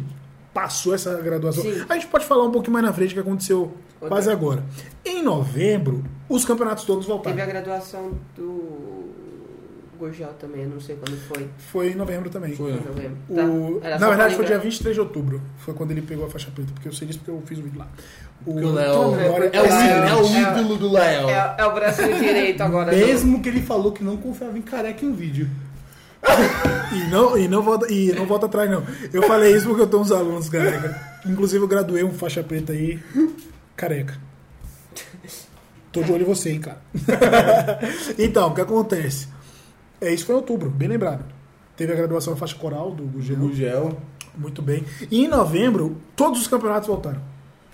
Speaker 1: passou essa graduação.
Speaker 3: Sim.
Speaker 1: A gente pode falar um pouquinho mais na frente o que aconteceu quase agora. Em novembro, os campeonatos todos
Speaker 3: Teve a
Speaker 1: voltaram.
Speaker 3: graduação do Gurgel também, eu não sei quando foi.
Speaker 1: Foi em novembro também.
Speaker 2: Foi, né?
Speaker 3: Não lembro.
Speaker 1: O-
Speaker 3: Tá, era só
Speaker 1: Na
Speaker 3: pra
Speaker 1: verdade, foi
Speaker 3: lembrar.
Speaker 1: dia 23 de outubro. Foi quando ele pegou a faixa preta, porque eu sei disso porque eu fiz um vídeo lá. O
Speaker 2: Porque o Léo-
Speaker 1: Tom Lora-
Speaker 2: É o, ídolo, é o
Speaker 3: É-
Speaker 2: ídolo do Léo.
Speaker 3: É, é o braço direito agora. né?
Speaker 2: Mesmo que ele falou que não confiava em careca em um vídeo.
Speaker 1: E não, e, não volta, e não volta atrás, não. Eu falei isso porque eu tenho uns alunos careca. Inclusive, eu graduei um faixa preta aí, careca. Tô de olho em você, hein, cara. então, o que acontece? É, isso foi em outubro, bem lembrado. Teve a graduação da faixa coral do Gugel.
Speaker 2: gel.
Speaker 1: Muito bem. E em novembro, todos os campeonatos voltaram.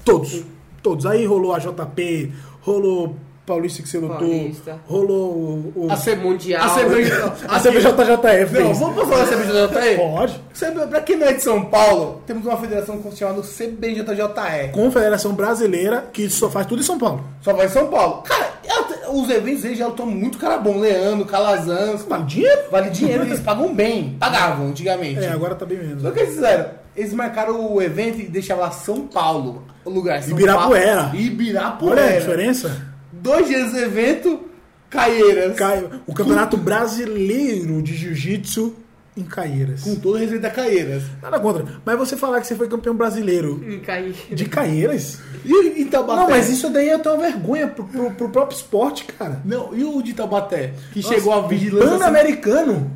Speaker 1: Todos. Todos. Aí rolou a JP, rolou Paulista que se lutou,
Speaker 3: Paulista.
Speaker 1: rolou o. o
Speaker 2: A
Speaker 3: Ser mundial.
Speaker 2: A
Speaker 1: a
Speaker 2: CBJ.
Speaker 1: CBJJF.
Speaker 2: Não,
Speaker 1: fez.
Speaker 2: vamos falar da CBJJE?
Speaker 1: Pode.
Speaker 2: Sabe, Pra quem não é de São Paulo, temos uma federação chamada CBJJE.
Speaker 1: Confederação Brasileira, que só faz tudo em São Paulo.
Speaker 2: Só vai em São Paulo. Cara, ela- os eventos eles já estão muito cara bom. Leandro, Calazans.
Speaker 1: Vale dinheiro?
Speaker 2: Vale dinheiro, eles pagam bem. Pagavam antigamente.
Speaker 1: É, agora tá bem menos.
Speaker 2: Só que eles fizeram? Eles marcaram o evento e deixaram lá São Paulo. O lugar São
Speaker 1: Ibirapuera.
Speaker 2: Paulo.
Speaker 1: Olha é a
Speaker 2: Ibirapuera.
Speaker 1: diferença.
Speaker 2: Dois dias do evento, Caieiras.
Speaker 1: Caio, o Campeonato Brasileiro de Jiu-Jitsu em Caieiras.
Speaker 2: Com todo respeito a Caieiras.
Speaker 1: Nada contra. Mas você falar que você foi campeão brasileiro
Speaker 3: Hum, Caí.
Speaker 1: de Caieiras?
Speaker 2: E em Taubaté?
Speaker 1: Não, mas isso daí é uma vergonha pro, pro- pro próprio esporte, cara.
Speaker 2: Não, e o de Taubaté? Que chegou a vigilância... assim,
Speaker 1: Pan-Americano.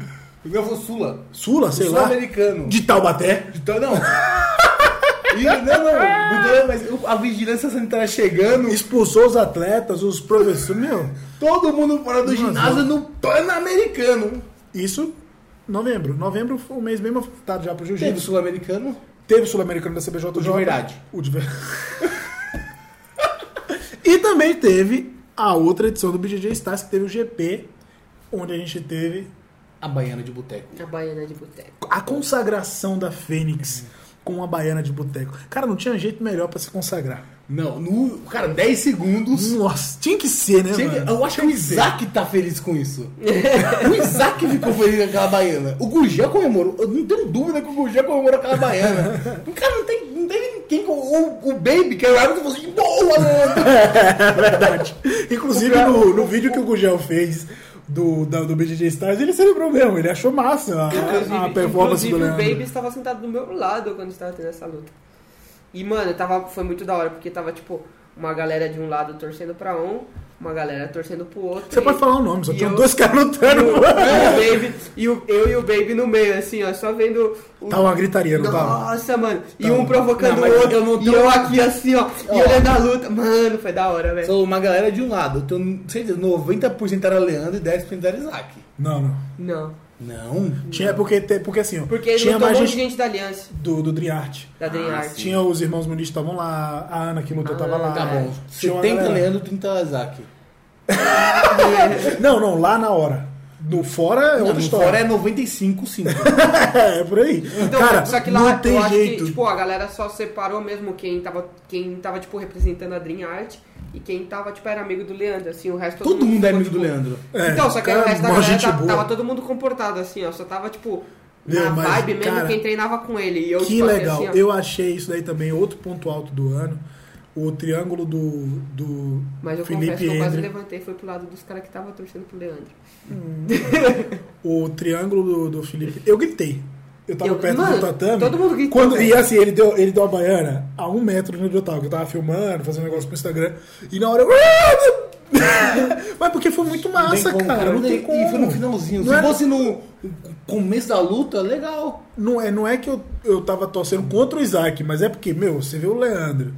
Speaker 2: O meu foi Sula.
Speaker 1: Sula, sei lá.
Speaker 2: Sul-Americano.
Speaker 1: De Taubaté.
Speaker 2: Então, não. E- não, não. o problema é, Mas o- a vigilância sanitária chegando,
Speaker 1: Expulsou os atletas, os professores. Meu,
Speaker 2: todo mundo fora do
Speaker 1: Nossa.
Speaker 2: ginásio no Pan-Americano.
Speaker 1: isso novembro. Novembro foi um mês bem movimentado já pro
Speaker 2: Teve o
Speaker 1: Jiu-Jitsu.
Speaker 2: Sul-Americano.
Speaker 1: Teve o Sul-Americano da CBJ.
Speaker 2: O de verdade.
Speaker 1: O de ver- e também teve a outra edição do BJJ Stars, que teve o GP, onde a gente teve
Speaker 2: A Baiana de Boteco.
Speaker 3: A baiana de boteco.
Speaker 1: a consagração da Fênix com a Baiana de Boteco. Cara, não tinha jeito melhor pra se consagrar.
Speaker 2: Não, no, cara, 10 segundos.
Speaker 1: Nossa, tinha que ser, né,
Speaker 2: Tinha que-
Speaker 1: mano?
Speaker 2: eu acho que o Isaac tá feliz com isso. o Isaac ficou feliz com aquela baiana. O Gugel comemorou. Eu não tenho dúvida que o Gugel comemorou aquela baiana. Cara, não tem, não teve ninguém com o, o Baby, que era o árbitro, falou assim: boa, Leandro!
Speaker 1: Inclusive, no, no vídeo que o Gugel fez do, da- do BJJ Stars, ele celebrou mesmo. Ele achou massa Ah, a, a performance
Speaker 3: inclusive
Speaker 1: do
Speaker 3: o
Speaker 1: Leandro.
Speaker 3: Baby estava sentado do meu lado quando estava tendo essa luta. E, mano, tava, foi muito da hora, porque tava, tipo, uma galera de um lado torcendo pra um, uma galera torcendo pro outro.
Speaker 1: Você
Speaker 3: e-
Speaker 1: pode falar o nome, só
Speaker 3: e
Speaker 1: tinham
Speaker 3: eu-
Speaker 1: dois caras
Speaker 3: E o,
Speaker 1: lutando.
Speaker 3: e o Baby, e o- eu e o Baby no meio, assim, ó, só vendo o.
Speaker 1: Tava Tá uma gritaria, não tava?
Speaker 3: Então, Nossa, mano.
Speaker 1: Tá.
Speaker 3: E um provocando
Speaker 2: Não,
Speaker 3: o
Speaker 2: mas
Speaker 3: outro.
Speaker 2: eu não
Speaker 3: E
Speaker 2: tô-
Speaker 3: eu aqui assim, ó. E
Speaker 2: Ó.
Speaker 3: olhando a luta. Mano, foi da hora, velho.
Speaker 2: Sou uma galera de um lado. Eu tenho certeza, 90% era Leandro e 10% era Isaac.
Speaker 1: Não, não.
Speaker 3: Não.
Speaker 2: Não.
Speaker 1: Tinha, porque, te- porque assim, ó,
Speaker 3: Porque ele
Speaker 1: tinha
Speaker 3: lutou um
Speaker 1: mais
Speaker 3: monte
Speaker 1: gente Ah,
Speaker 3: de gente da Aliança,
Speaker 1: do, do Dream Art.
Speaker 3: da Dream Art.
Speaker 1: Tinha os irmãos Muniz que estavam lá, a Ana que lutou
Speaker 3: Ah,
Speaker 1: estava lá.
Speaker 2: Tá bom.
Speaker 1: Tinha uma
Speaker 2: 70
Speaker 1: galera-
Speaker 2: Leandro, 30 Isaac.
Speaker 1: Não, não, lá na hora. No fora é outra
Speaker 2: Não,
Speaker 1: história.
Speaker 2: fora é 95, 5.
Speaker 1: É, por aí.
Speaker 3: Então,
Speaker 1: Cara,
Speaker 3: só que
Speaker 1: não
Speaker 3: lá
Speaker 1: tem
Speaker 3: eu acho
Speaker 1: jeito.
Speaker 3: que, tipo, a galera só separou mesmo quem tava, quem tava tipo, representando a Dream Art e quem tava, tipo, era amigo do Leandro, assim, o resto...
Speaker 2: Todo mundo é
Speaker 3: ficou,
Speaker 2: amigo do
Speaker 3: tipo,
Speaker 2: Leandro.
Speaker 1: É,
Speaker 3: então, só que aí
Speaker 1: cara,
Speaker 3: o resto da
Speaker 1: mó
Speaker 3: galera
Speaker 1: gente
Speaker 3: tava,
Speaker 1: boa.
Speaker 3: tava todo mundo comportado, assim, ó. Só tava, tipo, na
Speaker 1: Meu, mas,
Speaker 3: vibe mesmo
Speaker 1: cara,
Speaker 3: quem treinava com ele. E eu,
Speaker 1: Que
Speaker 3: tipo,
Speaker 1: legal.
Speaker 3: Assim, ó,
Speaker 1: Eu achei isso daí também outro ponto alto do ano. O triângulo do, do
Speaker 3: Mas eu confesso
Speaker 1: Felipe
Speaker 3: que eu quase
Speaker 1: Endre.
Speaker 3: levantei e fui pro lado dos caras que tava torcendo pro Leandro.
Speaker 1: O triângulo do, do Felipe. Eu gritei. Eu tava
Speaker 3: Eu-
Speaker 1: perto
Speaker 3: mano,
Speaker 1: do tatame.
Speaker 3: todo mundo gritou,
Speaker 1: Quando, e
Speaker 3: velho.
Speaker 1: assim, ele deu, ele deu a baiana a um metro do onde eu tava, que eu tava filmando, fazendo um negócio pro Instagram. E na hora eu. Mas porque foi muito massa,
Speaker 2: como,
Speaker 1: cara. Não tem
Speaker 2: E
Speaker 1: como.
Speaker 2: foi no finalzinho.
Speaker 1: Não é-
Speaker 2: Se
Speaker 1: era-
Speaker 2: fosse no começo da luta, legal.
Speaker 1: Não é, não é que eu, eu tava torcendo contra o Isaac, mas é porque, meu, você vê o Leandro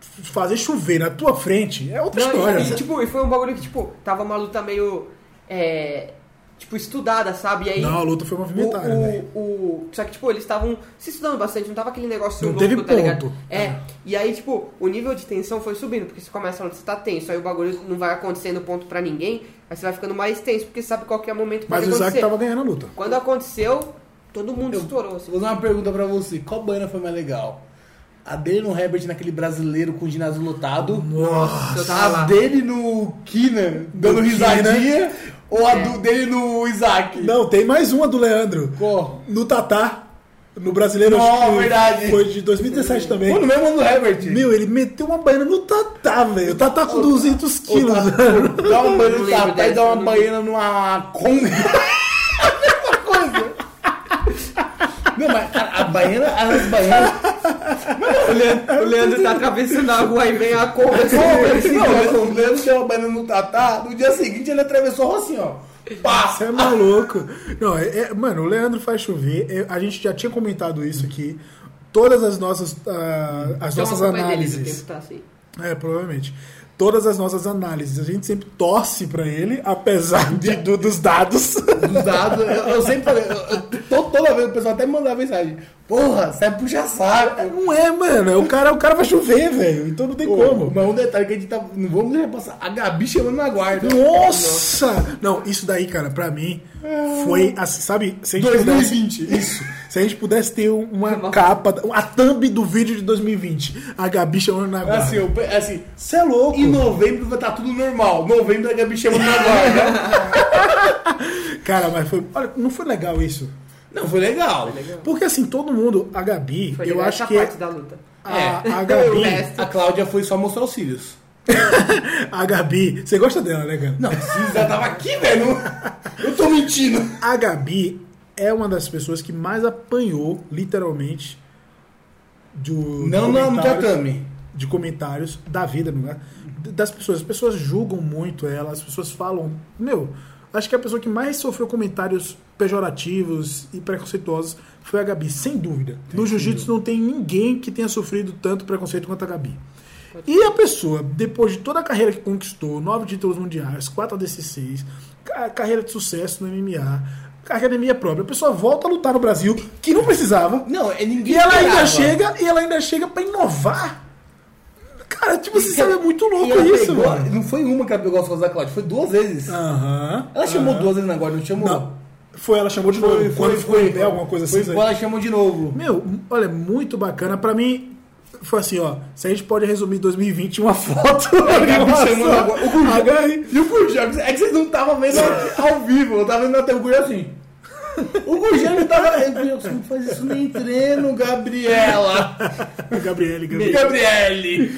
Speaker 1: fazer chover na tua frente é outra
Speaker 3: Não,
Speaker 1: história.
Speaker 3: E, e, tipo, e foi um bagulho que, tipo, tava uma luta meio. é, tipo, estudada, sabe? E aí.
Speaker 1: não, a luta foi movimentada, velho.
Speaker 3: o, o, o- Só que, tipo, eles estavam se estudando bastante, não tava aquele negócio
Speaker 1: Não
Speaker 3: louco,
Speaker 1: teve
Speaker 3: tá ligado?
Speaker 1: ponto. Ah.
Speaker 3: É. E aí, tipo, o nível de tensão foi subindo, porque você começa a luta, você tá tenso, aí o bagulho não vai acontecendo ponto pra ninguém, aí você vai ficando mais tenso, porque sabe qualquer momento pode
Speaker 1: Mas o Isaac
Speaker 3: acontecer.
Speaker 1: tava ganhando a luta.
Speaker 3: Quando aconteceu, todo mundo
Speaker 2: Eu-
Speaker 3: estourou, assim.
Speaker 2: Vou dar uma pergunta pra você. Qual banana foi mais legal? A dele no Herbert naquele brasileiro com o ginásio lotado?
Speaker 1: Ah,
Speaker 3: Eu tava
Speaker 2: A
Speaker 3: lá.
Speaker 2: dele no Kina dando
Speaker 1: Do
Speaker 2: risadinha? Ou a
Speaker 3: É.
Speaker 2: do- dele no Isaac?
Speaker 1: Não, tem mais uma do Leandro.
Speaker 2: Qual?
Speaker 1: No Tatá. No brasileiro.
Speaker 2: Não,
Speaker 1: acho que
Speaker 2: verdade.
Speaker 1: Foi de 2017 também.
Speaker 2: Foi no mesmo ano do Herbert.
Speaker 1: Meu, ele meteu uma baiana no Tatá, velho. O Tatá com 200 quilos. velho.
Speaker 2: Dá uma banana
Speaker 3: Eu não
Speaker 2: no
Speaker 3: lembro
Speaker 2: tapete,
Speaker 3: dessa,
Speaker 2: dá
Speaker 3: eu
Speaker 2: uma
Speaker 3: não-
Speaker 2: banana numa conga. Não, mas a, a baiana, as baianas.
Speaker 3: O Leandro, tá atravessando a rua e vem a cobra assim,
Speaker 2: Não, o Leandro deu uma banana no tatá, no dia seguinte ele atravessou assim, ó. Pá!
Speaker 1: Você é maluco. Não, é- é- mano, o Leandro faz chover. É, a gente já tinha comentado isso aqui. Todas as nossas, ah, as nossas análises.
Speaker 3: Tempo, tá, assim.
Speaker 1: É, provavelmente. Todas as nossas análises. A gente sempre torce pra ele, apesar de, do- dos dados.
Speaker 2: Dos dados, eu, eu sempre falei, eu, eu, to- toda vez o pessoal até me mandava mensagem. Porra, você é puxa saco.
Speaker 1: Não é, mano. O cara, o cara vai chover, velho. Então não tem como.
Speaker 2: Mas um detalhe que a gente tá. Não vamos deixar passar. A Gabi chamando na guarda.
Speaker 1: Nossa! Não, isso daí, cara, pra mim foi assim, sabe? Se a gente
Speaker 2: 2020.
Speaker 1: Pudesse, isso. Se a gente pudesse ter um- uma
Speaker 3: Uma-
Speaker 1: capa, a thumb do vídeo de 2020, a Gabi chamando na guarda.
Speaker 2: Assim, eu, pe- assim,
Speaker 1: Você é louco.
Speaker 2: Em novembro vai estar tudo normal. Novembro a Gabi chamando na guarda.
Speaker 1: Cara, mas foi. Olha, não foi legal isso.
Speaker 2: Não, foi legal.
Speaker 1: Porque assim, todo mundo, a Gabi,
Speaker 3: Foi
Speaker 1: eu
Speaker 3: legal
Speaker 1: acho
Speaker 3: essa
Speaker 1: que
Speaker 3: parte da É. luta.
Speaker 1: a, a
Speaker 3: O
Speaker 1: Gabi.
Speaker 3: resto.
Speaker 2: A Cláudia foi só mostrar os cílios.
Speaker 1: A Gabi, você gosta dela, né, cara?
Speaker 2: Não, cílios já tava aqui, velho. Eu tô mentindo.
Speaker 1: A Gabi é uma das pessoas que mais apanhou, literalmente, do.
Speaker 2: Não,
Speaker 1: de
Speaker 2: não, no
Speaker 1: comentários-
Speaker 2: tatame.
Speaker 1: de comentários da vida, não é? D- das pessoas. As pessoas julgam muito ela, as pessoas falam. Meu, acho que a pessoa que mais sofreu comentários pejorativos e preconceituosos foi a Gabi, sem dúvida. No jiu-jitsu não tem ninguém que tenha sofrido tanto preconceito quanto a Gabi. E a pessoa, depois de toda a carreira que conquistou, nove títulos mundiais, quatro ADC6, ca- carreira de sucesso no MMA, academia própria, a pessoa volta a lutar no Brasil, que não precisava.
Speaker 2: Não, é ninguém.
Speaker 1: E ela ainda
Speaker 2: esperava.
Speaker 1: chega, e ela ainda chega pra inovar. Cara, tipo, você sabe, é muito
Speaker 2: E
Speaker 1: louco
Speaker 2: ela
Speaker 1: isso,
Speaker 2: pegou-
Speaker 1: mano.
Speaker 2: Não foi uma que ela pegou as costas da Cláudia, foi duas vezes.
Speaker 1: Aham.
Speaker 2: Ela chamou duas vezes na guarda, não chamou?
Speaker 1: Não. Foi, ela chamou de novo.
Speaker 2: Foi,
Speaker 1: quando
Speaker 2: foi,
Speaker 1: ficou
Speaker 2: foi.
Speaker 1: em pé, alguma coisa
Speaker 2: Foi
Speaker 1: assim.
Speaker 2: quando
Speaker 1: sabe?
Speaker 2: ela chamou de novo.
Speaker 1: Meu, m- olha, é muito bacana. Pra mim, foi assim, ó. Se a gente pode resumir 2020 em uma foto.
Speaker 2: A Gabi
Speaker 1: uma
Speaker 2: chamando
Speaker 1: só.
Speaker 2: a guarda. O Gurjão-
Speaker 1: A Gabi-
Speaker 2: E o Gurjão, é que vocês não estavam vendo ao vivo, eu tava vendo até o Gurjão assim. O Gurjão não tava. O Gurjão, você não faz isso nem treino, Gabriela.
Speaker 1: a Gabriele, Gabriele.
Speaker 2: Gabriele.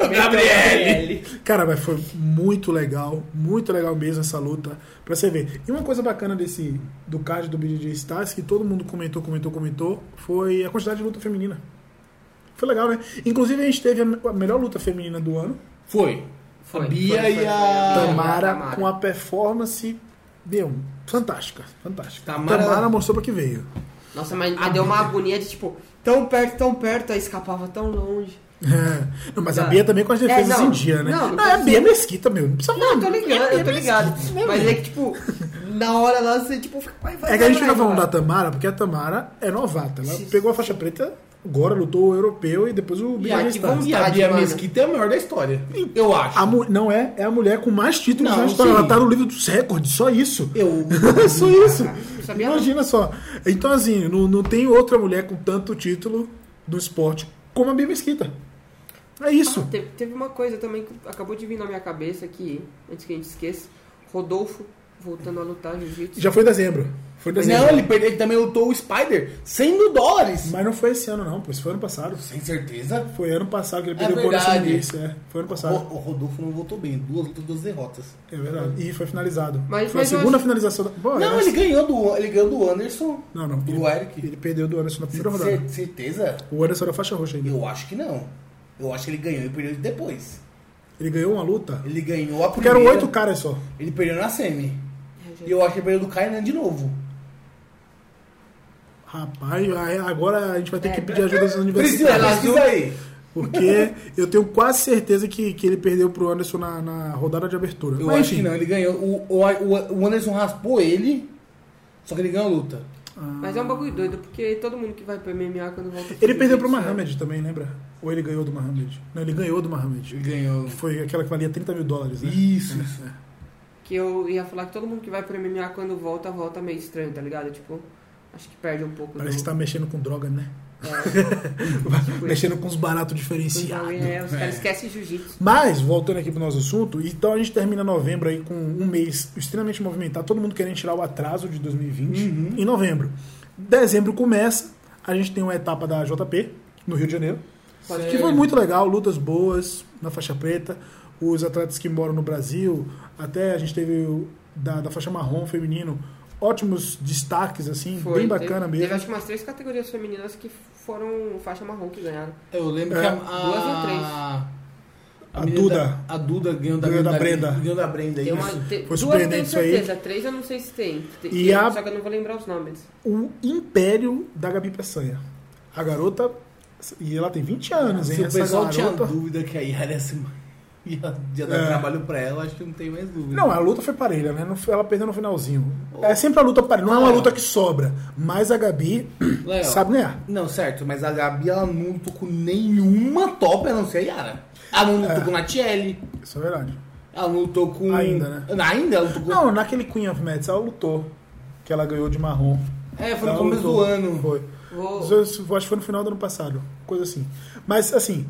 Speaker 2: Gabriele.
Speaker 1: Cara, mas foi muito legal, muito legal mesmo essa luta, pra você ver. E uma coisa bacana desse, do card do BJJ Stars, que todo mundo comentou, comentou, comentou, foi a quantidade de luta feminina. Foi legal, né? Inclusive a gente teve a me- a melhor luta feminina do ano,
Speaker 2: Foi.
Speaker 3: Foi,
Speaker 2: a Bia
Speaker 3: foi, foi,
Speaker 2: e
Speaker 3: foi.
Speaker 2: a.
Speaker 1: Tamara,
Speaker 3: É, Tamara.
Speaker 1: com a performance, meu, fantástica, fantástica.
Speaker 2: Tamara-
Speaker 1: Tamara, mostrou pra que veio.
Speaker 3: Nossa, mas mas deu uma agonia de tipo, tão perto, tão perto, aí escapava tão longe.
Speaker 1: É. Não, mas a
Speaker 3: Tá.
Speaker 1: Bia também com as
Speaker 3: É,
Speaker 1: defesas
Speaker 3: não,
Speaker 1: em dia, né?
Speaker 3: não, não
Speaker 1: é a
Speaker 3: precisa.
Speaker 1: Bia Mesquita, meu. Não precisa
Speaker 3: Não, eu
Speaker 1: falar.
Speaker 3: tô ligado, eu tô ligado.
Speaker 1: né,
Speaker 3: Mas
Speaker 1: meu?
Speaker 3: é que, tipo, na hora lá você, tipo, fica, vai, vai.
Speaker 1: É que a gente
Speaker 3: vai,
Speaker 1: fica falando
Speaker 3: vai.
Speaker 1: da Tamara, porque a Tamara é novata. Ela
Speaker 3: Sim.
Speaker 1: pegou a faixa preta Agora lutou o europeu e depois o
Speaker 2: E
Speaker 1: BJ
Speaker 2: a,
Speaker 3: aqui vamos- Então,
Speaker 1: Stars.
Speaker 2: e a Bia
Speaker 3: mano.
Speaker 2: Mesquita é a maior da história. Eu acho.
Speaker 1: A mu- não é, é a mulher com mais títulos
Speaker 2: Não,
Speaker 1: na história.
Speaker 2: sim.
Speaker 1: Ela tá no livro dos recordes, só isso.
Speaker 2: Eu.
Speaker 1: só isso.
Speaker 3: Sabia não.
Speaker 1: Imagina só. Então, assim, não, não tem outra mulher com tanto título do esporte como a Bia Mesquita. É isso.
Speaker 3: Teve, teve uma coisa também que acabou de vir na minha cabeça aqui, antes que a gente esqueça. Rodolfo voltando a lutar jiu-jitsu.
Speaker 1: Já foi em dezembro. Foi em dezembro.
Speaker 2: Não, ele, perdeu, ele também lutou o Spider 100 mil dólares.
Speaker 1: Mas não foi esse ano, não, pois foi ano passado.
Speaker 2: Sem certeza.
Speaker 1: Foi ano passado que ele
Speaker 2: É
Speaker 1: perdeu o Boris
Speaker 2: verdade.
Speaker 1: Sumiço, é. Foi ano
Speaker 2: O,
Speaker 1: passado.
Speaker 2: o Rodolfo não voltou bem. Duas lutas, duas derrotas.
Speaker 1: É verdade. E foi finalizado.
Speaker 3: Mas-
Speaker 1: foi
Speaker 3: mas
Speaker 1: a
Speaker 3: eu
Speaker 1: segunda
Speaker 3: acho-
Speaker 1: finalização da. Bom,
Speaker 2: não,
Speaker 1: era-
Speaker 2: ele ganhou, do, ele ganhou do Anderson.
Speaker 1: Não, não.
Speaker 2: Do
Speaker 1: Ele,
Speaker 2: Eric.
Speaker 1: ele perdeu do Anderson na primeira
Speaker 2: Cer-
Speaker 1: rodada.
Speaker 2: certeza?
Speaker 1: O Anderson era faixa roxa ainda.
Speaker 2: Eu acho que não. Eu acho que ele ganhou e perdeu depois.
Speaker 1: Ele ganhou uma luta.
Speaker 2: Ele ganhou a
Speaker 1: Porque
Speaker 2: primeira.
Speaker 1: eram oito caras só.
Speaker 2: Ele perdeu na semi.
Speaker 3: É, já-
Speaker 2: E eu acho que ele perdeu do Kainan de novo.
Speaker 1: Rapaz, aí agora a gente vai ter
Speaker 3: É,
Speaker 1: que pedir ajuda dos
Speaker 2: Priscila,
Speaker 1: universitários.
Speaker 2: pesquisa aí.
Speaker 1: Porque eu tenho quase certeza que, que ele perdeu pro Anderson na, na rodada de abertura.
Speaker 2: Eu
Speaker 1: Mas
Speaker 2: acho
Speaker 1: enfim.
Speaker 2: que não, ele ganhou. O, o, o Anderson raspou ele, só que ele ganhou a luta.
Speaker 3: Mas é um bagulho doido, porque todo mundo que vai pro MMA quando volta... pro
Speaker 1: Ele perdeu
Speaker 3: jiu-jitsu,
Speaker 1: pro
Speaker 3: né?
Speaker 1: Mohamed também, lembra? Ou ele ganhou do Mohamed? Não, ele ganhou do Mohamed.
Speaker 2: Ele ganhou.
Speaker 1: Foi aquela que valia 30 mil dólares, né?
Speaker 2: Isso,
Speaker 1: É,
Speaker 2: isso.
Speaker 1: é.
Speaker 3: Que eu ia falar que todo mundo que vai pro MMA quando volta, volta meio estranho, tá ligado? Tipo, acho que perde um pouco
Speaker 1: Parece que
Speaker 3: do...
Speaker 1: tá mexendo com droga, né?
Speaker 3: É, tipo,
Speaker 1: mexendo com os baratos
Speaker 3: esse bagulho
Speaker 1: diferenciados.
Speaker 3: é, os caras esquecem jiu-jitsu.
Speaker 1: Mas, voltando aqui pro nosso assunto, então a gente termina novembro aí com um mês extremamente movimentado, todo mundo querendo tirar o atraso de 2020
Speaker 3: Uhum.
Speaker 1: em novembro. Dezembro começa, a gente tem uma etapa da JP, no Rio de Janeiro, que foi muito legal, lutas boas na faixa preta, os atletas que moram no Brasil, até a gente teve o, da, da faixa marrom feminino, ótimos destaques, assim,
Speaker 3: Foi,
Speaker 1: bem bacana
Speaker 3: teve,
Speaker 1: mesmo.
Speaker 3: Teve acho que umas três categorias femininas que foram faixa marrom que ganharam.
Speaker 2: Eu lembro
Speaker 1: É.
Speaker 2: que a,
Speaker 3: Duas ou
Speaker 2: a,
Speaker 1: A
Speaker 2: menina
Speaker 1: Duda.
Speaker 2: da- a Duda ganhou da,
Speaker 1: Ganhou da Brenda.
Speaker 2: Ganhou da Brenda,
Speaker 3: Tem
Speaker 2: isso.
Speaker 3: uma, te,
Speaker 1: É Foi
Speaker 3: duas eu
Speaker 1: surpreendente
Speaker 3: tenho
Speaker 1: isso aí.
Speaker 3: certeza, três eu não sei se tem. Te-
Speaker 1: E a-
Speaker 3: Só que eu não vou lembrar os nomes.
Speaker 1: o império da Gabi Peçanha. A garota. E ela tem 20 anos, hein?
Speaker 2: Se o
Speaker 1: Essa
Speaker 2: pessoal tinha
Speaker 1: garota-
Speaker 2: dúvida que a Yara ia, se... ia, ia dar
Speaker 1: É.
Speaker 2: trabalho pra ela, acho que não tem mais dúvida.
Speaker 1: Não, a luta foi parelha, né? Não foi- Ela perdeu no finalzinho.
Speaker 2: Oh.
Speaker 1: É sempre a luta parelha. Não é uma
Speaker 2: Léo.
Speaker 1: luta que sobra. Mas a Gabi
Speaker 2: Léo.
Speaker 1: sabe ganhar.
Speaker 2: Não, certo, mas a Gabi ela não lutou com nenhuma top a não ser a Yara. Ela não lutou com a Natiele,
Speaker 1: Isso é verdade.
Speaker 2: ela não lutou com.
Speaker 1: Ainda, né?
Speaker 2: Ainda ela lutou com.
Speaker 1: Não, naquele Queen of Mets, ela lutou. Que ela ganhou de marrom.
Speaker 2: É, foi
Speaker 1: Ela
Speaker 2: no começo do
Speaker 1: lutou.
Speaker 2: ano. Oh.
Speaker 1: Foi.
Speaker 3: Vou-
Speaker 1: Isso eu Acho que foi no final do ano passado. Coisa assim. Mas, assim,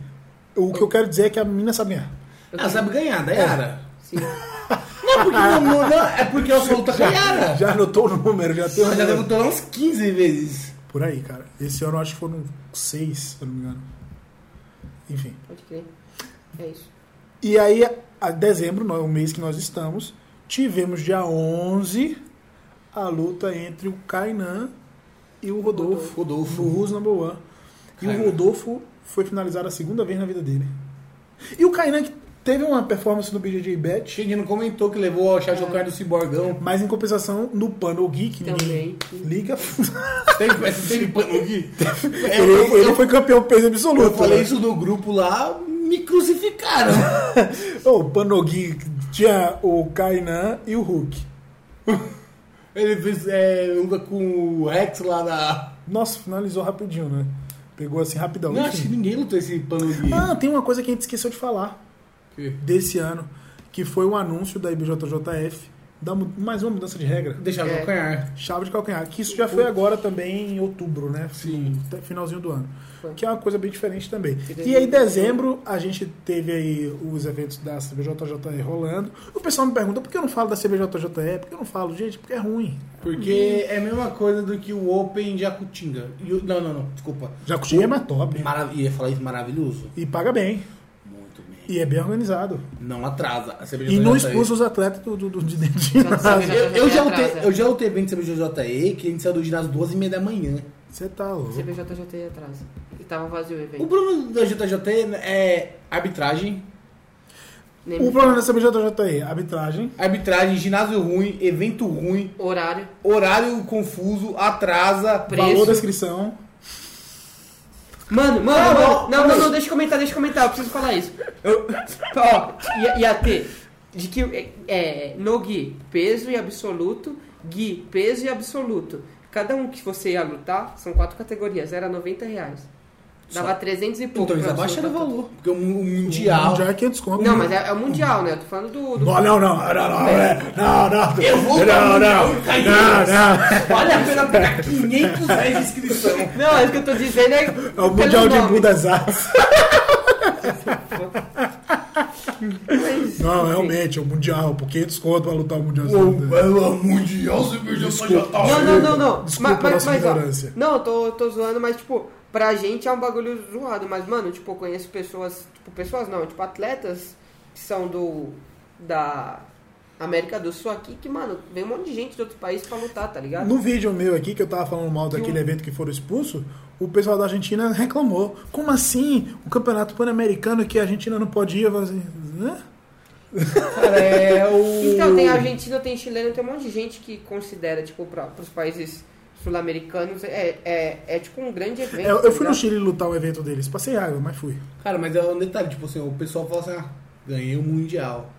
Speaker 1: o que eu quero dizer é que a menina sabe ganhar.
Speaker 3: Eu
Speaker 2: Ela sabe ganhar, da
Speaker 1: É.
Speaker 2: Yara.
Speaker 3: Sim.
Speaker 2: Não, porque não, não, não, é porque ela só luta com a Yara.
Speaker 1: Já anotou o número, já tem o
Speaker 2: Ela já
Speaker 1: número.
Speaker 2: deve lutar uns 15 vezes.
Speaker 1: Por aí, cara. Esse ano eu acho que foram seis, se eu não me engano. Enfim.
Speaker 3: Pode crer. É isso.
Speaker 1: E aí, a dezembro, nó- o mês que nós estamos, tivemos dia 11 a luta entre o Kainan e o Rodolfo.
Speaker 2: Rodolfo.
Speaker 1: O Who's Number One. E
Speaker 2: Kainan.
Speaker 1: o Rodolfo foi finalizado a segunda vez na vida dele. E o Kainan que teve uma performance no BJJ Bet,
Speaker 2: Xinguinho não comentou que levou a Chachocard do Ciborgão.
Speaker 1: mas em compensação no Panel Geek, ninguém
Speaker 3: Também.
Speaker 1: liga.
Speaker 2: Teve, mas teve pano aqui?
Speaker 1: ele,
Speaker 2: É, Eu,
Speaker 1: ele foi campeão peso absoluto.
Speaker 2: eu falei
Speaker 1: né?
Speaker 2: isso no grupo lá, me crucificaram.
Speaker 1: Ô, o Panogui tinha o Kainan e o Hulk.
Speaker 2: Ele fez é, luta com o Rex lá da.
Speaker 1: Nossa, finalizou rapidinho, né? Pegou assim rapidão.
Speaker 2: Não, acho que
Speaker 1: Enfim.
Speaker 2: ninguém lutou esse pano
Speaker 1: Ah, tem uma coisa que a gente esqueceu de falar
Speaker 2: aqui.
Speaker 1: desse ano, que foi o anúncio da IBJJF da mu- mais uma mudança de regra.
Speaker 2: Deixaram
Speaker 3: É.
Speaker 2: é. calcanhar.
Speaker 1: Chave de calcanhar, que isso já foi agora também em outubro, né?
Speaker 2: Sim.
Speaker 1: Até Finalzinho do ano.
Speaker 3: Foi.
Speaker 1: Que é uma coisa bem diferente também.
Speaker 3: daí-
Speaker 1: E aí, em dezembro, a gente teve aí os eventos da CBJJE rolando. O pessoal me pergunta por que eu não falo da CBJJE, por que eu não falo, gente, porque é ruim.
Speaker 2: Porque é a mesma coisa do que o Open Jacutinga. E o- Não, não, não, desculpa.
Speaker 1: Jacutinga é mais top.
Speaker 2: Mara- Ia falar isso maravilhoso.
Speaker 1: E paga bem.
Speaker 2: Muito bem.
Speaker 1: E é bem organizado.
Speaker 2: Não atrasa. A CBJ
Speaker 1: E não
Speaker 2: já tá aí.
Speaker 1: expulsa os atletas do, do, do, de dentro de
Speaker 3: sabe,
Speaker 1: ginásio.
Speaker 3: né?
Speaker 2: Eu, eu já lutei,
Speaker 3: Atrasa.
Speaker 2: eu já lutei evento sobre JJE que a gente saiu do ginásio às 12h30 da manhã.
Speaker 1: Você tá louco.
Speaker 3: CBJ já tem atrás. E tava vazio o
Speaker 2: O
Speaker 3: evento.
Speaker 2: problema da JJE é arbitragem.
Speaker 3: Nem
Speaker 1: O problema dessa BJJE, arbitragem.
Speaker 2: Arbitragem, ginásio ruim, evento ruim,
Speaker 3: Horário.
Speaker 2: horário confuso, atrasa.
Speaker 3: Preço.
Speaker 1: Valor da inscrição.
Speaker 3: Mano, mano,
Speaker 2: Não,
Speaker 3: mano.
Speaker 2: não,
Speaker 3: Não, não,
Speaker 2: não.
Speaker 3: não, deixa eu comentar, deixa eu comentar, eu preciso falar isso. Ó, ia, ia ter de que é, é, no Gui, peso e absoluto, Gui, peso e absoluto. Cada um que você ia lutar, são quatro categorias, era 90 reais. Dava 300 e pouco.
Speaker 2: Então eles
Speaker 3: pra
Speaker 2: abaixaram o
Speaker 3: absolutar
Speaker 2: valor. Porque o mu- o
Speaker 1: O
Speaker 2: mundial.
Speaker 1: Mundial é 500 conto.
Speaker 3: tudo. Não, mas é, é o mundial, né? Eu tô falando do. do...
Speaker 1: Não, não, não, não, não, é, não, não.
Speaker 2: Eu vou pra
Speaker 1: não,
Speaker 2: Mundial,
Speaker 1: não,
Speaker 2: cara.
Speaker 1: não, É
Speaker 2: Vale a pena pagar 500 reais de inscrição.
Speaker 3: Não, é o que eu tô dizendo é.
Speaker 1: não. É o Mundial de
Speaker 3: Buda.
Speaker 1: Budas Artes. Não, realmente, é o Mundial, por 500 conto pra lutar o Mundial.
Speaker 2: Pela mundial, você perdeu só de
Speaker 1: Desculpa.
Speaker 2: tal.
Speaker 3: Não, não, não, não.
Speaker 1: Desculpa
Speaker 3: mas,
Speaker 1: a nossa
Speaker 3: mas, ó,
Speaker 1: ignorância.
Speaker 3: não, eu tô, tô zoando, mas tipo, pra gente é um bagulho zoado. Mas, mano, tipo, eu conheço pessoas. Tipo, pessoas não, tipo, atletas que são do. Da América do Sul aqui, que, mano, vem um monte de gente de outro país pra lutar, tá ligado?
Speaker 1: No vídeo meu aqui, que eu tava falando mal daquele evento que foram expulsos, o pessoal da Argentina reclamou. Como assim? O campeonato pan-americano que a Argentina não pode ir? Eu falei assim, "Hã?"
Speaker 2: Cara, é o.
Speaker 3: Então, tem Argentina, tem chileno, tem um monte de gente que considera, tipo, pra, pros países sul-americanos, é, é, é tipo um grande evento.
Speaker 1: É, Eu,
Speaker 3: tá
Speaker 1: fui no
Speaker 3: ligado?
Speaker 1: Chile lutar o evento deles. Passei água, mas fui.
Speaker 2: Cara, mas é um detalhe, tipo assim, o pessoal fala assim, ah, ganhei o Mundial.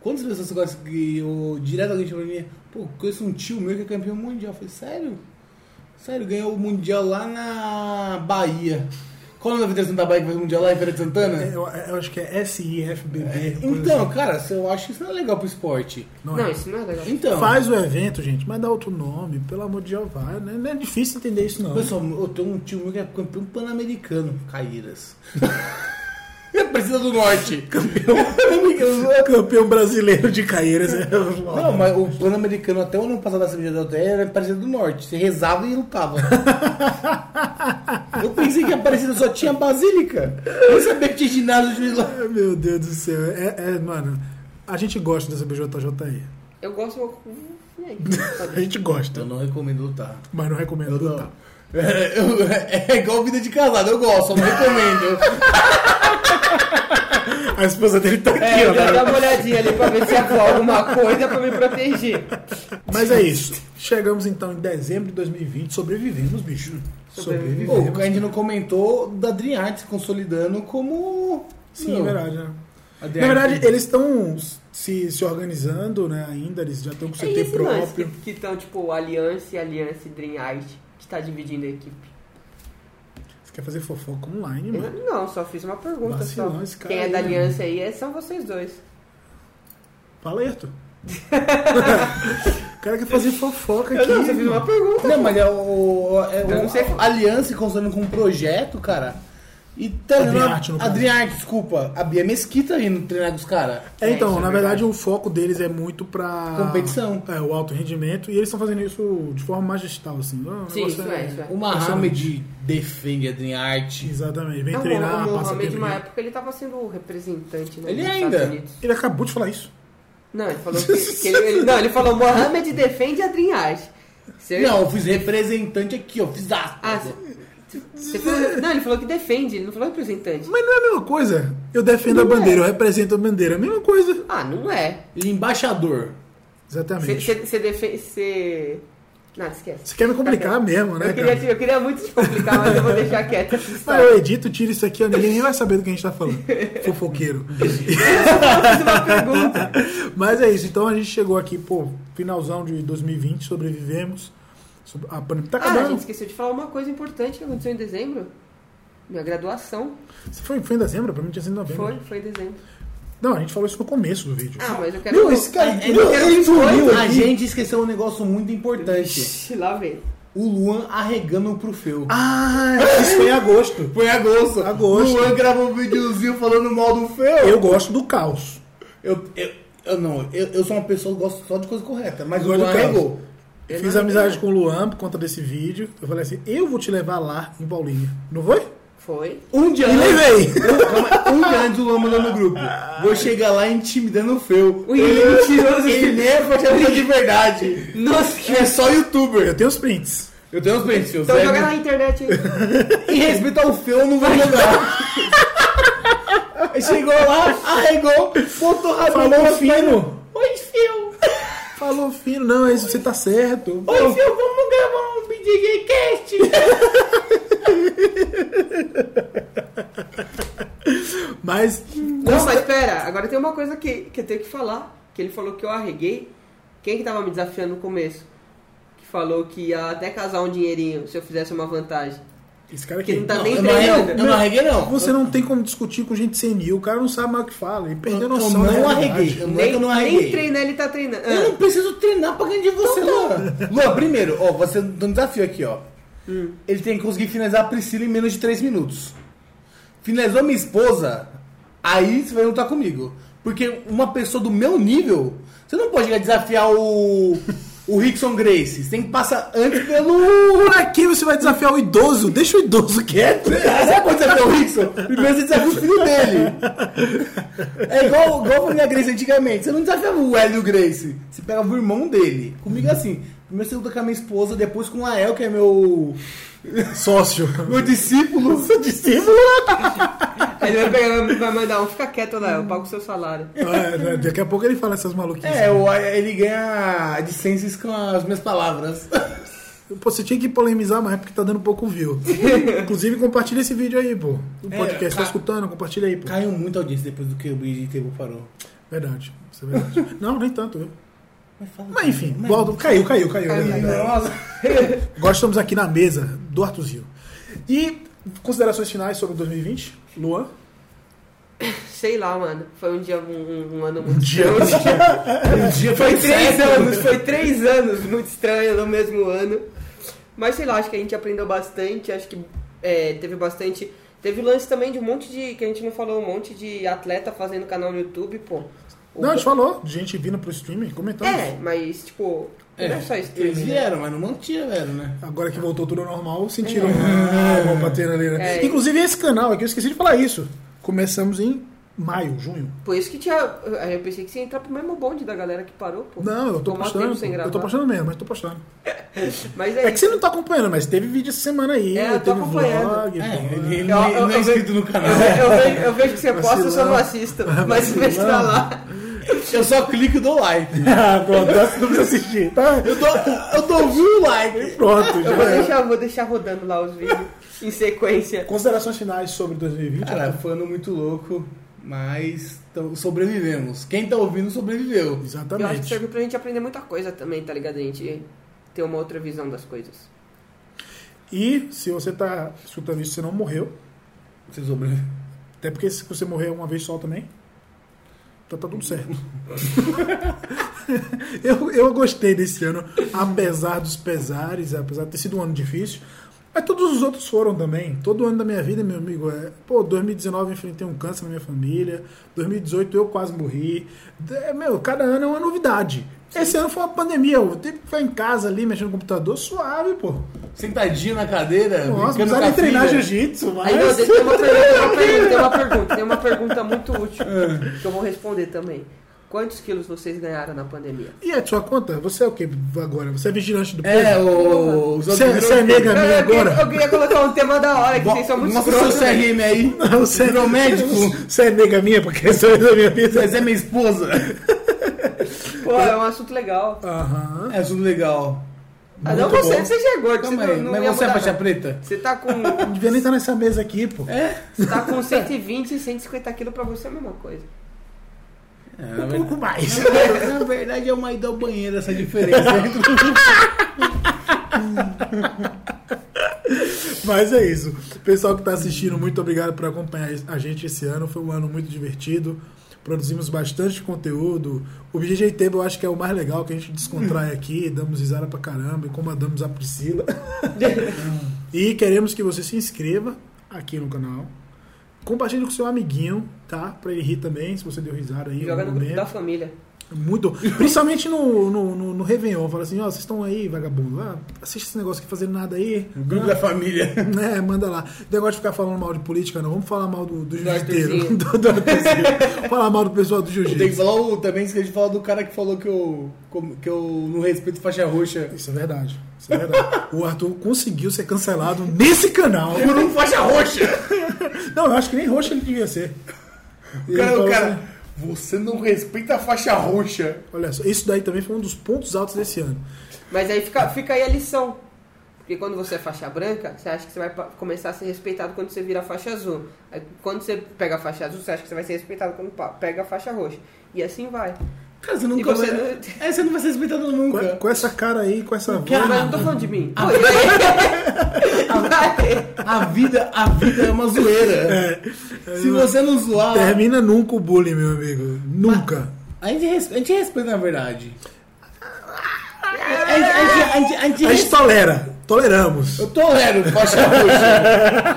Speaker 2: Quantas pessoas conhecem que eu diretamente pra mim, pô, conheço um tio meu que é campeão mundial. Eu falei, sério? Sério, ganhou o Mundial lá na Bahia. Qual é a federação da Bahia que faz o Mundial lá em Feira de Santana?
Speaker 1: É, Eu, eu acho que é SIFBB. coisa
Speaker 2: então, cara, se eu acho que isso não é legal pro esporte.
Speaker 1: Não,
Speaker 3: Não,
Speaker 1: é.
Speaker 3: isso não é legal.
Speaker 2: Então,
Speaker 1: Faz o evento, gente, mas dá outro nome, pelo amor de Jeová. Né? Não é difícil entender isso, não.
Speaker 2: pessoal, eu tenho um tio meu que é campeão pan-americano, Caíras. Precisa do norte. Campeão.
Speaker 1: Campeão brasileiro de Caeiras. é foda.
Speaker 2: Não, mas o plano americano até o ano passado da cerveja da Alteia era parecido do norte. Você rezava e lutava. Eu pensei que a parecida só tinha basílica. Eu sabia que tinha ginásio de lá.
Speaker 1: Ai, Meu Deus do céu. É, é, mano, a gente gosta dessa BJJI.
Speaker 3: Eu gosto. e aí?
Speaker 1: A gente
Speaker 2: Então, Eu
Speaker 1: gosta,
Speaker 2: não recomendo lutar.
Speaker 1: mas não recomendo
Speaker 2: Eu
Speaker 1: lutar.
Speaker 2: não. É, eu- é igual vida de casado, eu gosto, eu não recomendo.
Speaker 1: A esposa dele tá aqui,
Speaker 3: É, eu
Speaker 1: ó.
Speaker 3: já dá uma olhadinha ali pra ver se apoia alguma coisa pra me proteger.
Speaker 1: Mas é isso. Chegamos então em dezembro de 2020. Sobrevivemos, bicho.
Speaker 3: Sobrevivemos.
Speaker 2: Pô, a gente não comentou da Dream Art se consolidando como.
Speaker 1: Sim,
Speaker 2: Não.
Speaker 1: é verdade, né?
Speaker 2: A
Speaker 1: Na
Speaker 2: Dream Art-
Speaker 1: verdade, eles estão se, se organizando, né? Ainda, eles já estão com o
Speaker 3: É
Speaker 1: CT
Speaker 3: esse lance
Speaker 1: próprio.
Speaker 3: que estão, tipo, Aliança e Aliança e Dream Art, que tá dividindo a equipe.
Speaker 1: Você quer fazer fofoca online,
Speaker 3: Eu
Speaker 1: mano?
Speaker 3: não, só fiz uma pergunta
Speaker 1: Vacilão esse
Speaker 3: só.
Speaker 1: cara
Speaker 3: Quem é
Speaker 1: aí,
Speaker 3: da
Speaker 1: né?
Speaker 3: Aliança aí é- são vocês dois.
Speaker 1: Fala aí, Arthur. o cara quer fazer fofoca
Speaker 3: Eu
Speaker 1: aqui.
Speaker 3: não, você fez uma pergunta.
Speaker 2: Não, mas é o. É
Speaker 3: Eu não sei.
Speaker 2: o a aliança consolidando com um projeto, cara. E tá
Speaker 1: Adriarte,
Speaker 2: Adriarte,
Speaker 1: no caso.
Speaker 2: Adriarte, desculpa. A Bia Mesquita indo treinar com os caras.
Speaker 1: É, então,
Speaker 3: isso é
Speaker 1: na verdade, o foco deles é muito pra...
Speaker 2: Competição.
Speaker 1: É, o alto rendimento. E eles estão fazendo isso de forma magistral, assim. Ah, o
Speaker 3: Sim,
Speaker 1: negócio
Speaker 3: isso é, isso é.
Speaker 2: O Mohamed defende a Adriarte.
Speaker 1: Exatamente. Vem
Speaker 3: Não,
Speaker 1: treinar,
Speaker 3: o
Speaker 1: passa
Speaker 3: Mohamed, uma
Speaker 1: tempo.
Speaker 3: época, ele tava sendo o representante né,
Speaker 2: Ele
Speaker 3: dos
Speaker 2: ainda?
Speaker 3: Estados Unidos.
Speaker 1: Ele acabou de falar isso.
Speaker 3: Não, ele falou que... que ele, ele- não, ele falou, Mohamed defende a Dream Art. Você-
Speaker 2: Não, eu fiz representante aqui, eu fiz aspas.
Speaker 3: Ah, você- você falou- não, ele falou que defende, ele não falou representante.
Speaker 1: Mas não é a mesma coisa. Eu defendo a
Speaker 3: Não
Speaker 1: bandeira,
Speaker 3: é.
Speaker 1: eu represento a bandeira. É a mesma coisa.
Speaker 3: Ah, não é.
Speaker 2: E embaixador.
Speaker 1: Exatamente.
Speaker 3: Você defende. Você. Não, esquece.
Speaker 1: Você quer me complicar mesmo, né,
Speaker 3: Eu queria,
Speaker 1: cara?
Speaker 3: te- eu queria muito te complicar, mas eu vou deixar quieto. essa
Speaker 1: Ah,
Speaker 3: história.
Speaker 1: eu edito, tiro isso aqui, ó, ninguém nem vai saber do que a gente tá falando. Fofoqueiro.
Speaker 3: Fiz uma pergunta.
Speaker 1: Mas é isso, então a gente chegou aqui, pô, finalzão de 2020, sobrevivemos. Sobre- A pandemia tá
Speaker 3: Ah, a gente
Speaker 1: acabando.
Speaker 3: esqueceu de falar uma coisa importante que aconteceu em dezembro. Minha graduação
Speaker 1: Você foi, foi em dezembro? Pra mim tinha sido em novembro.
Speaker 3: foi, foi em dezembro.
Speaker 1: Não, a gente falou isso no começo do vídeo.
Speaker 3: Ah, mas eu quero.
Speaker 1: Não, esse cara-
Speaker 3: eu quero
Speaker 1: ele
Speaker 3: outra
Speaker 1: sumiu
Speaker 3: coisa.
Speaker 2: um A gente esqueceu um negócio muito importante.
Speaker 3: Ixi, lá vem.
Speaker 2: O Luan arregando pro Feu.
Speaker 1: Ah, isso foi em agosto.
Speaker 2: Foi em agosto.
Speaker 1: Agosto.
Speaker 2: Luan gravou um videozinho falando mal do Feu.
Speaker 1: Eu gosto do caos.
Speaker 2: Eu, eu, eu não, eu, eu sou uma pessoa que gosta só de coisa correta, mas
Speaker 1: Eu
Speaker 2: o
Speaker 1: gosto
Speaker 2: Luan
Speaker 1: do caos.
Speaker 2: arregou.
Speaker 1: Eu fiz amizade com o Luan por conta desse vídeo. Eu falei assim, eu vou te levar lá em Paulinha. Não foi?
Speaker 3: Foi.
Speaker 2: Um dia
Speaker 1: E
Speaker 2: antes,
Speaker 1: levei.
Speaker 2: calma, um dia antes o Luan mandou no grupo. Vou chegar lá intimidando o Feu.
Speaker 3: Ui, ele é mentiroso.
Speaker 2: Ele nem é fachada de verdade.
Speaker 3: Nossa, que.
Speaker 2: É só youtuber.
Speaker 1: Eu tenho os prints.
Speaker 2: Eu tenho uns prints, Feu.
Speaker 3: Então
Speaker 2: sério.
Speaker 3: joga na internet aí.
Speaker 2: Em respeito ao Feu, eu não vou jogar. Aí Chegou lá, arregou, botou rabinho.
Speaker 1: Falou
Speaker 2: na
Speaker 1: fino.
Speaker 2: perna. Oi, Feu.
Speaker 1: Falou, filho, não, isso você tá certo.
Speaker 2: Oi, Fio, vamos gravar um BDG Cast.
Speaker 1: Mas
Speaker 3: Não, mas pera, agora tem uma coisa que, que eu tenho que falar. Que ele falou que eu arreguei. Quem que tava me desafiando no começo? Que falou que ia até casar um dinheirinho se eu fizesse uma vantagem.
Speaker 1: Esse cara aqui.
Speaker 3: Porque não tá
Speaker 1: Não,
Speaker 3: nem
Speaker 2: eu não
Speaker 3: treinando.
Speaker 2: arreguei- eu não arreguei, não.
Speaker 1: Você não tem como discutir com gente senil, o cara não sabe mais o que fala, ele perdeu
Speaker 2: Eu-
Speaker 1: a noção.
Speaker 2: eu
Speaker 1: da
Speaker 2: não
Speaker 1: realidade.
Speaker 2: arreguei. Não é que
Speaker 3: Nem,
Speaker 2: eu não
Speaker 3: nem
Speaker 2: arreguei.
Speaker 3: treinar, ele tá treinando. Ah,
Speaker 2: Eu não preciso treinar pra ganhar de você, Luan. Luan, primeiro, ó, você tem um desafio aqui, ó. Ele tem que conseguir finalizar a Priscila em menos de 3 minutos. Finalizou minha esposa, aí você vai lutar comigo. Porque uma pessoa do meu nível, você não pode chegar a desafiar o. O Rickson Grace. Você tem que passar antes pelo.
Speaker 1: Por aqui você vai desafiar o idoso? Deixa o idoso quieto.
Speaker 2: Você pode desafiar o Rickson? Primeiro você desafia o filho dele. É igual, igual a família Grace antigamente. Você não desafiava o Hélio Grace. Você pegava o irmão dele. Comigo é assim. Primeiro você luta com a minha esposa, depois com o Lael, que é meu.
Speaker 1: é Sócio.
Speaker 2: meu discípulo. Seu discípulo? tá.
Speaker 3: Aí Ah. ele vai pegar e vai mandar um, fica quieto lá, eu pago o seu salário.
Speaker 1: É, daqui a pouco ele fala essas maluquices.
Speaker 2: É, o- ele ganha licenças com as minhas palavras.
Speaker 1: Pô, você tinha que polemizar mais porque tá dando pouco view. Inclusive, compartilha esse vídeo aí, pô. O
Speaker 2: É,
Speaker 1: podcast. tá
Speaker 2: ca-
Speaker 1: escutando? Compartilha aí, pô.
Speaker 2: Caiu muita audiência depois do que o Big Table parou.
Speaker 1: Verdade. Isso é verdade. não, nem tanto, viu?
Speaker 2: Mas é fala.
Speaker 1: Mas enfim, volta- caiu, caiu, caiu. é verdade.
Speaker 2: Nossa.
Speaker 1: Agora estamos aqui na mesa do Artuzio. E considerações finais sobre 2020? Luan?
Speaker 3: Sei lá, mano. Foi um dia, um, um- um ano
Speaker 2: Um
Speaker 3: muito
Speaker 2: dia
Speaker 3: Foi
Speaker 2: foi
Speaker 3: três
Speaker 2: certo.
Speaker 3: anos, foi três anos muito estranho no mesmo ano. Mas sei lá, acho que a gente aprendeu bastante, acho que é, teve bastante. Teve lance também de um monte de. que a gente não falou, um monte de atleta fazendo canal no YouTube, pô. O-
Speaker 1: Não, a gente falou de gente vindo pro streaming, comentamos.
Speaker 3: É, mas tipo, não é só
Speaker 2: Eles
Speaker 3: streaming. né?
Speaker 2: vieram, mas não mantinha, velho, né?
Speaker 1: Agora que voltou tudo ao normal, sentiram ah, uma batendo ali, né?
Speaker 3: É.
Speaker 1: Inclusive esse canal aqui, eu esqueci de falar isso. Começamos em maio, junho.
Speaker 3: Por isso que tinha. aí Eu pensei que você ia entrar pro mesmo bonde da galera que parou, pô.
Speaker 1: Não, eu tô
Speaker 3: Tomar
Speaker 1: postando.
Speaker 3: tempo sem
Speaker 1: Eu tô
Speaker 3: gravar.
Speaker 1: postando mesmo, mas tô postando.
Speaker 3: Mas
Speaker 1: É
Speaker 3: é,
Speaker 1: que
Speaker 3: isso.
Speaker 1: você não tá acompanhando, mas teve vídeo essa semana aí.
Speaker 3: É, eu tô
Speaker 1: teve
Speaker 3: acompanhando.
Speaker 1: vlog.
Speaker 2: É,
Speaker 1: pô.
Speaker 2: ele, ele
Speaker 3: Eu-
Speaker 2: não, não
Speaker 3: eu-
Speaker 2: é
Speaker 3: eu ve-
Speaker 2: inscrito no canal.
Speaker 3: eu, vejo, eu vejo que você posta, eu só não
Speaker 1: Vacilão.
Speaker 3: assisto. Mas se vê se tá lá.
Speaker 2: Eu só clico e dou like.
Speaker 1: Ah, Pronto, essa não precisa assistir. Tá?
Speaker 2: Eu dou, eu dou mil like.
Speaker 1: Pronto,
Speaker 3: Eu vou
Speaker 1: já. é.
Speaker 3: deixar, vou deixar rodando lá os vídeos em sequência.
Speaker 1: Considerações finais sobre 2020?
Speaker 3: É.
Speaker 2: Cara, foi um ano muito louco, mas tam- sobrevivemos. Quem tá ouvindo sobreviveu.
Speaker 3: Eu acho que
Speaker 1: Exatamente.
Speaker 3: serviu pra gente aprender muita coisa também, tá ligado? A gente ter uma outra visão das coisas.
Speaker 1: E se você tá escutando isso, você não morreu.
Speaker 2: Você sobreviveu.
Speaker 1: Até porque se você morrer uma vez só também, então tá tudo certo. eu, eu gostei desse ano, apesar dos pesares, apesar de ter sido um ano difícil. Mas todos os outros foram também. Todo ano da minha vida, meu amigo, é. Pô, 2019 eu enfrentei um câncer na minha família. 2018 eu quase morri. É, meu, cada ano é uma novidade. Esse ano foi uma pandemia. Eu tive que ficar em casa ali mexendo no computador, suave, pô.
Speaker 2: Sentadinho na cadeira,
Speaker 3: É,
Speaker 1: Nossa,
Speaker 2: brincando
Speaker 1: precisava
Speaker 2: com a
Speaker 1: nem treinar
Speaker 2: filha.
Speaker 1: jiu-jitsu, mas.
Speaker 3: né? Aí não, tem uma pergunta, tem uma pergunta, tem uma pergunta, tem uma pergunta muito útil
Speaker 1: É.
Speaker 3: que eu vou responder também. Quantos quilos vocês ganharam na pandemia?
Speaker 1: E é de sua conta? Você é o que agora? Você é vigilante do povo?
Speaker 2: É, o... os
Speaker 1: Você-
Speaker 2: outros
Speaker 1: você é
Speaker 2: virou-
Speaker 1: nega minha
Speaker 3: eu, queria,
Speaker 1: agora?
Speaker 3: eu queria colocar um tema da hora, que vocês são muito
Speaker 2: Mostra
Speaker 3: escrotos, né?
Speaker 2: seu
Speaker 3: velho.
Speaker 2: CRM aí.
Speaker 1: Você
Speaker 2: Virou médico.
Speaker 1: Você é nega minha porque você é da minha vida.
Speaker 2: Mas é minha esposa.
Speaker 3: Pô, é um assunto legal.
Speaker 1: Aham.
Speaker 2: É assunto legal.
Speaker 3: Ah, não
Speaker 1: Muito
Speaker 3: você,
Speaker 1: bom.
Speaker 3: você já é gordo,
Speaker 2: Calma
Speaker 3: você
Speaker 2: aí,
Speaker 3: não, não
Speaker 2: mas
Speaker 3: ia
Speaker 2: você é
Speaker 3: mudar,
Speaker 2: faixa
Speaker 3: não.
Speaker 2: preta?
Speaker 3: Você tá com,
Speaker 1: Não devia nem estar nessa mesa aqui, pô.
Speaker 2: É?
Speaker 3: você tá com 120 e 150 quilos pra você é a mesma coisa.
Speaker 2: É,
Speaker 1: Um
Speaker 2: na
Speaker 1: pouco mais.
Speaker 2: Na verdade é uma ida ao banheiro essa diferença.
Speaker 1: Mas é isso. Pessoal que está assistindo, muito obrigado por acompanhar a gente esse ano. Foi um ano muito divertido. Produzimos bastante conteúdo. O BJ Table eu acho que é o mais legal que a gente
Speaker 3: Hum.
Speaker 1: descontrai aqui. Damos risada pra caramba, incomodamos a Priscila. e queremos que você se inscreva aqui no canal. Compartilhe com seu amiguinho, tá? Pra ele rir também, se você deu risada aí. em
Speaker 3: Joga
Speaker 1: algum
Speaker 3: no grupo tá?
Speaker 1: momento.
Speaker 3: da família.
Speaker 1: Muito. Principalmente no, no, no, no Réveillon. Fala assim, ó, vocês estão aí, vagabundo. Ah, assiste esse negócio aqui fazendo nada aí. Ah,
Speaker 2: Grupo da família.
Speaker 1: É, manda lá. Negócio de ficar falando mal de política, não. Vamos falar mal do, do jiu-jiteiro.
Speaker 3: Arthurzinho.
Speaker 1: Do, do Arthurzinho. falar mal do pessoal do
Speaker 2: Tem que
Speaker 1: jiu-jitsu.
Speaker 2: falar o, também esqueci de falar do cara que falou que eu, como- que eu não respeito faixa roxa.
Speaker 1: Isso é verdade. Isso é verdade. o Arthur conseguiu ser cancelado nesse canal.
Speaker 2: Por um faixa roxa!
Speaker 1: Não, eu acho que nem roxo ele devia ser.
Speaker 2: O cara, o
Speaker 1: Ele falou
Speaker 2: cara,
Speaker 1: assim,
Speaker 2: você não respeita a faixa roxa.
Speaker 1: Olha só, isso daí também foi um dos pontos altos desse ano.
Speaker 3: Mas aí fica, fica aí a lição. Porque quando você é faixa branca, você acha que você vai pa- começar a ser respeitado quando você vira faixa azul. Aí, quando você pega a faixa azul, você acha que você vai ser respeitado quando pa- pega a faixa roxa. E assim vai.
Speaker 2: Cara, você
Speaker 3: nunca
Speaker 2: nunca
Speaker 3: vai-
Speaker 2: É, você não vai ser respeitado
Speaker 1: Com,
Speaker 2: nunca.
Speaker 1: Ah. com essa cara aí, com essa voz.
Speaker 2: Cara,
Speaker 3: Mas eu não tô falando de mim. Pô, e aí? Vai.
Speaker 2: A vida, a vida é uma zoeira. Se você não zoar.
Speaker 1: Termina nunca o bullying, meu amigo. Nunca.
Speaker 2: A gente, res- a gente respeita, na verdade. A gente, a gente- a gente- a gente
Speaker 1: A gente
Speaker 2: res-
Speaker 1: tolera. Toleramos.
Speaker 2: Eu tolero faixa roxa.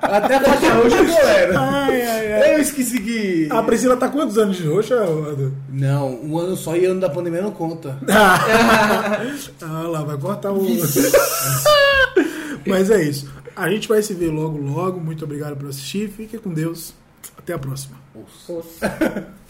Speaker 2: Até a faixa roxa eu tolero.
Speaker 1: Ai, ai, ai.
Speaker 2: Eu esqueci que.
Speaker 1: A Priscila tá quantos anos de roxa, Adu?
Speaker 2: Não, um ano só e ano da pandemia não conta.
Speaker 1: Ah, lá, vai cortar o. Mas é isso. A gente vai se ver logo, logo. Muito obrigado por assistir. Fique com Deus. Até a próxima.
Speaker 3: Poxa.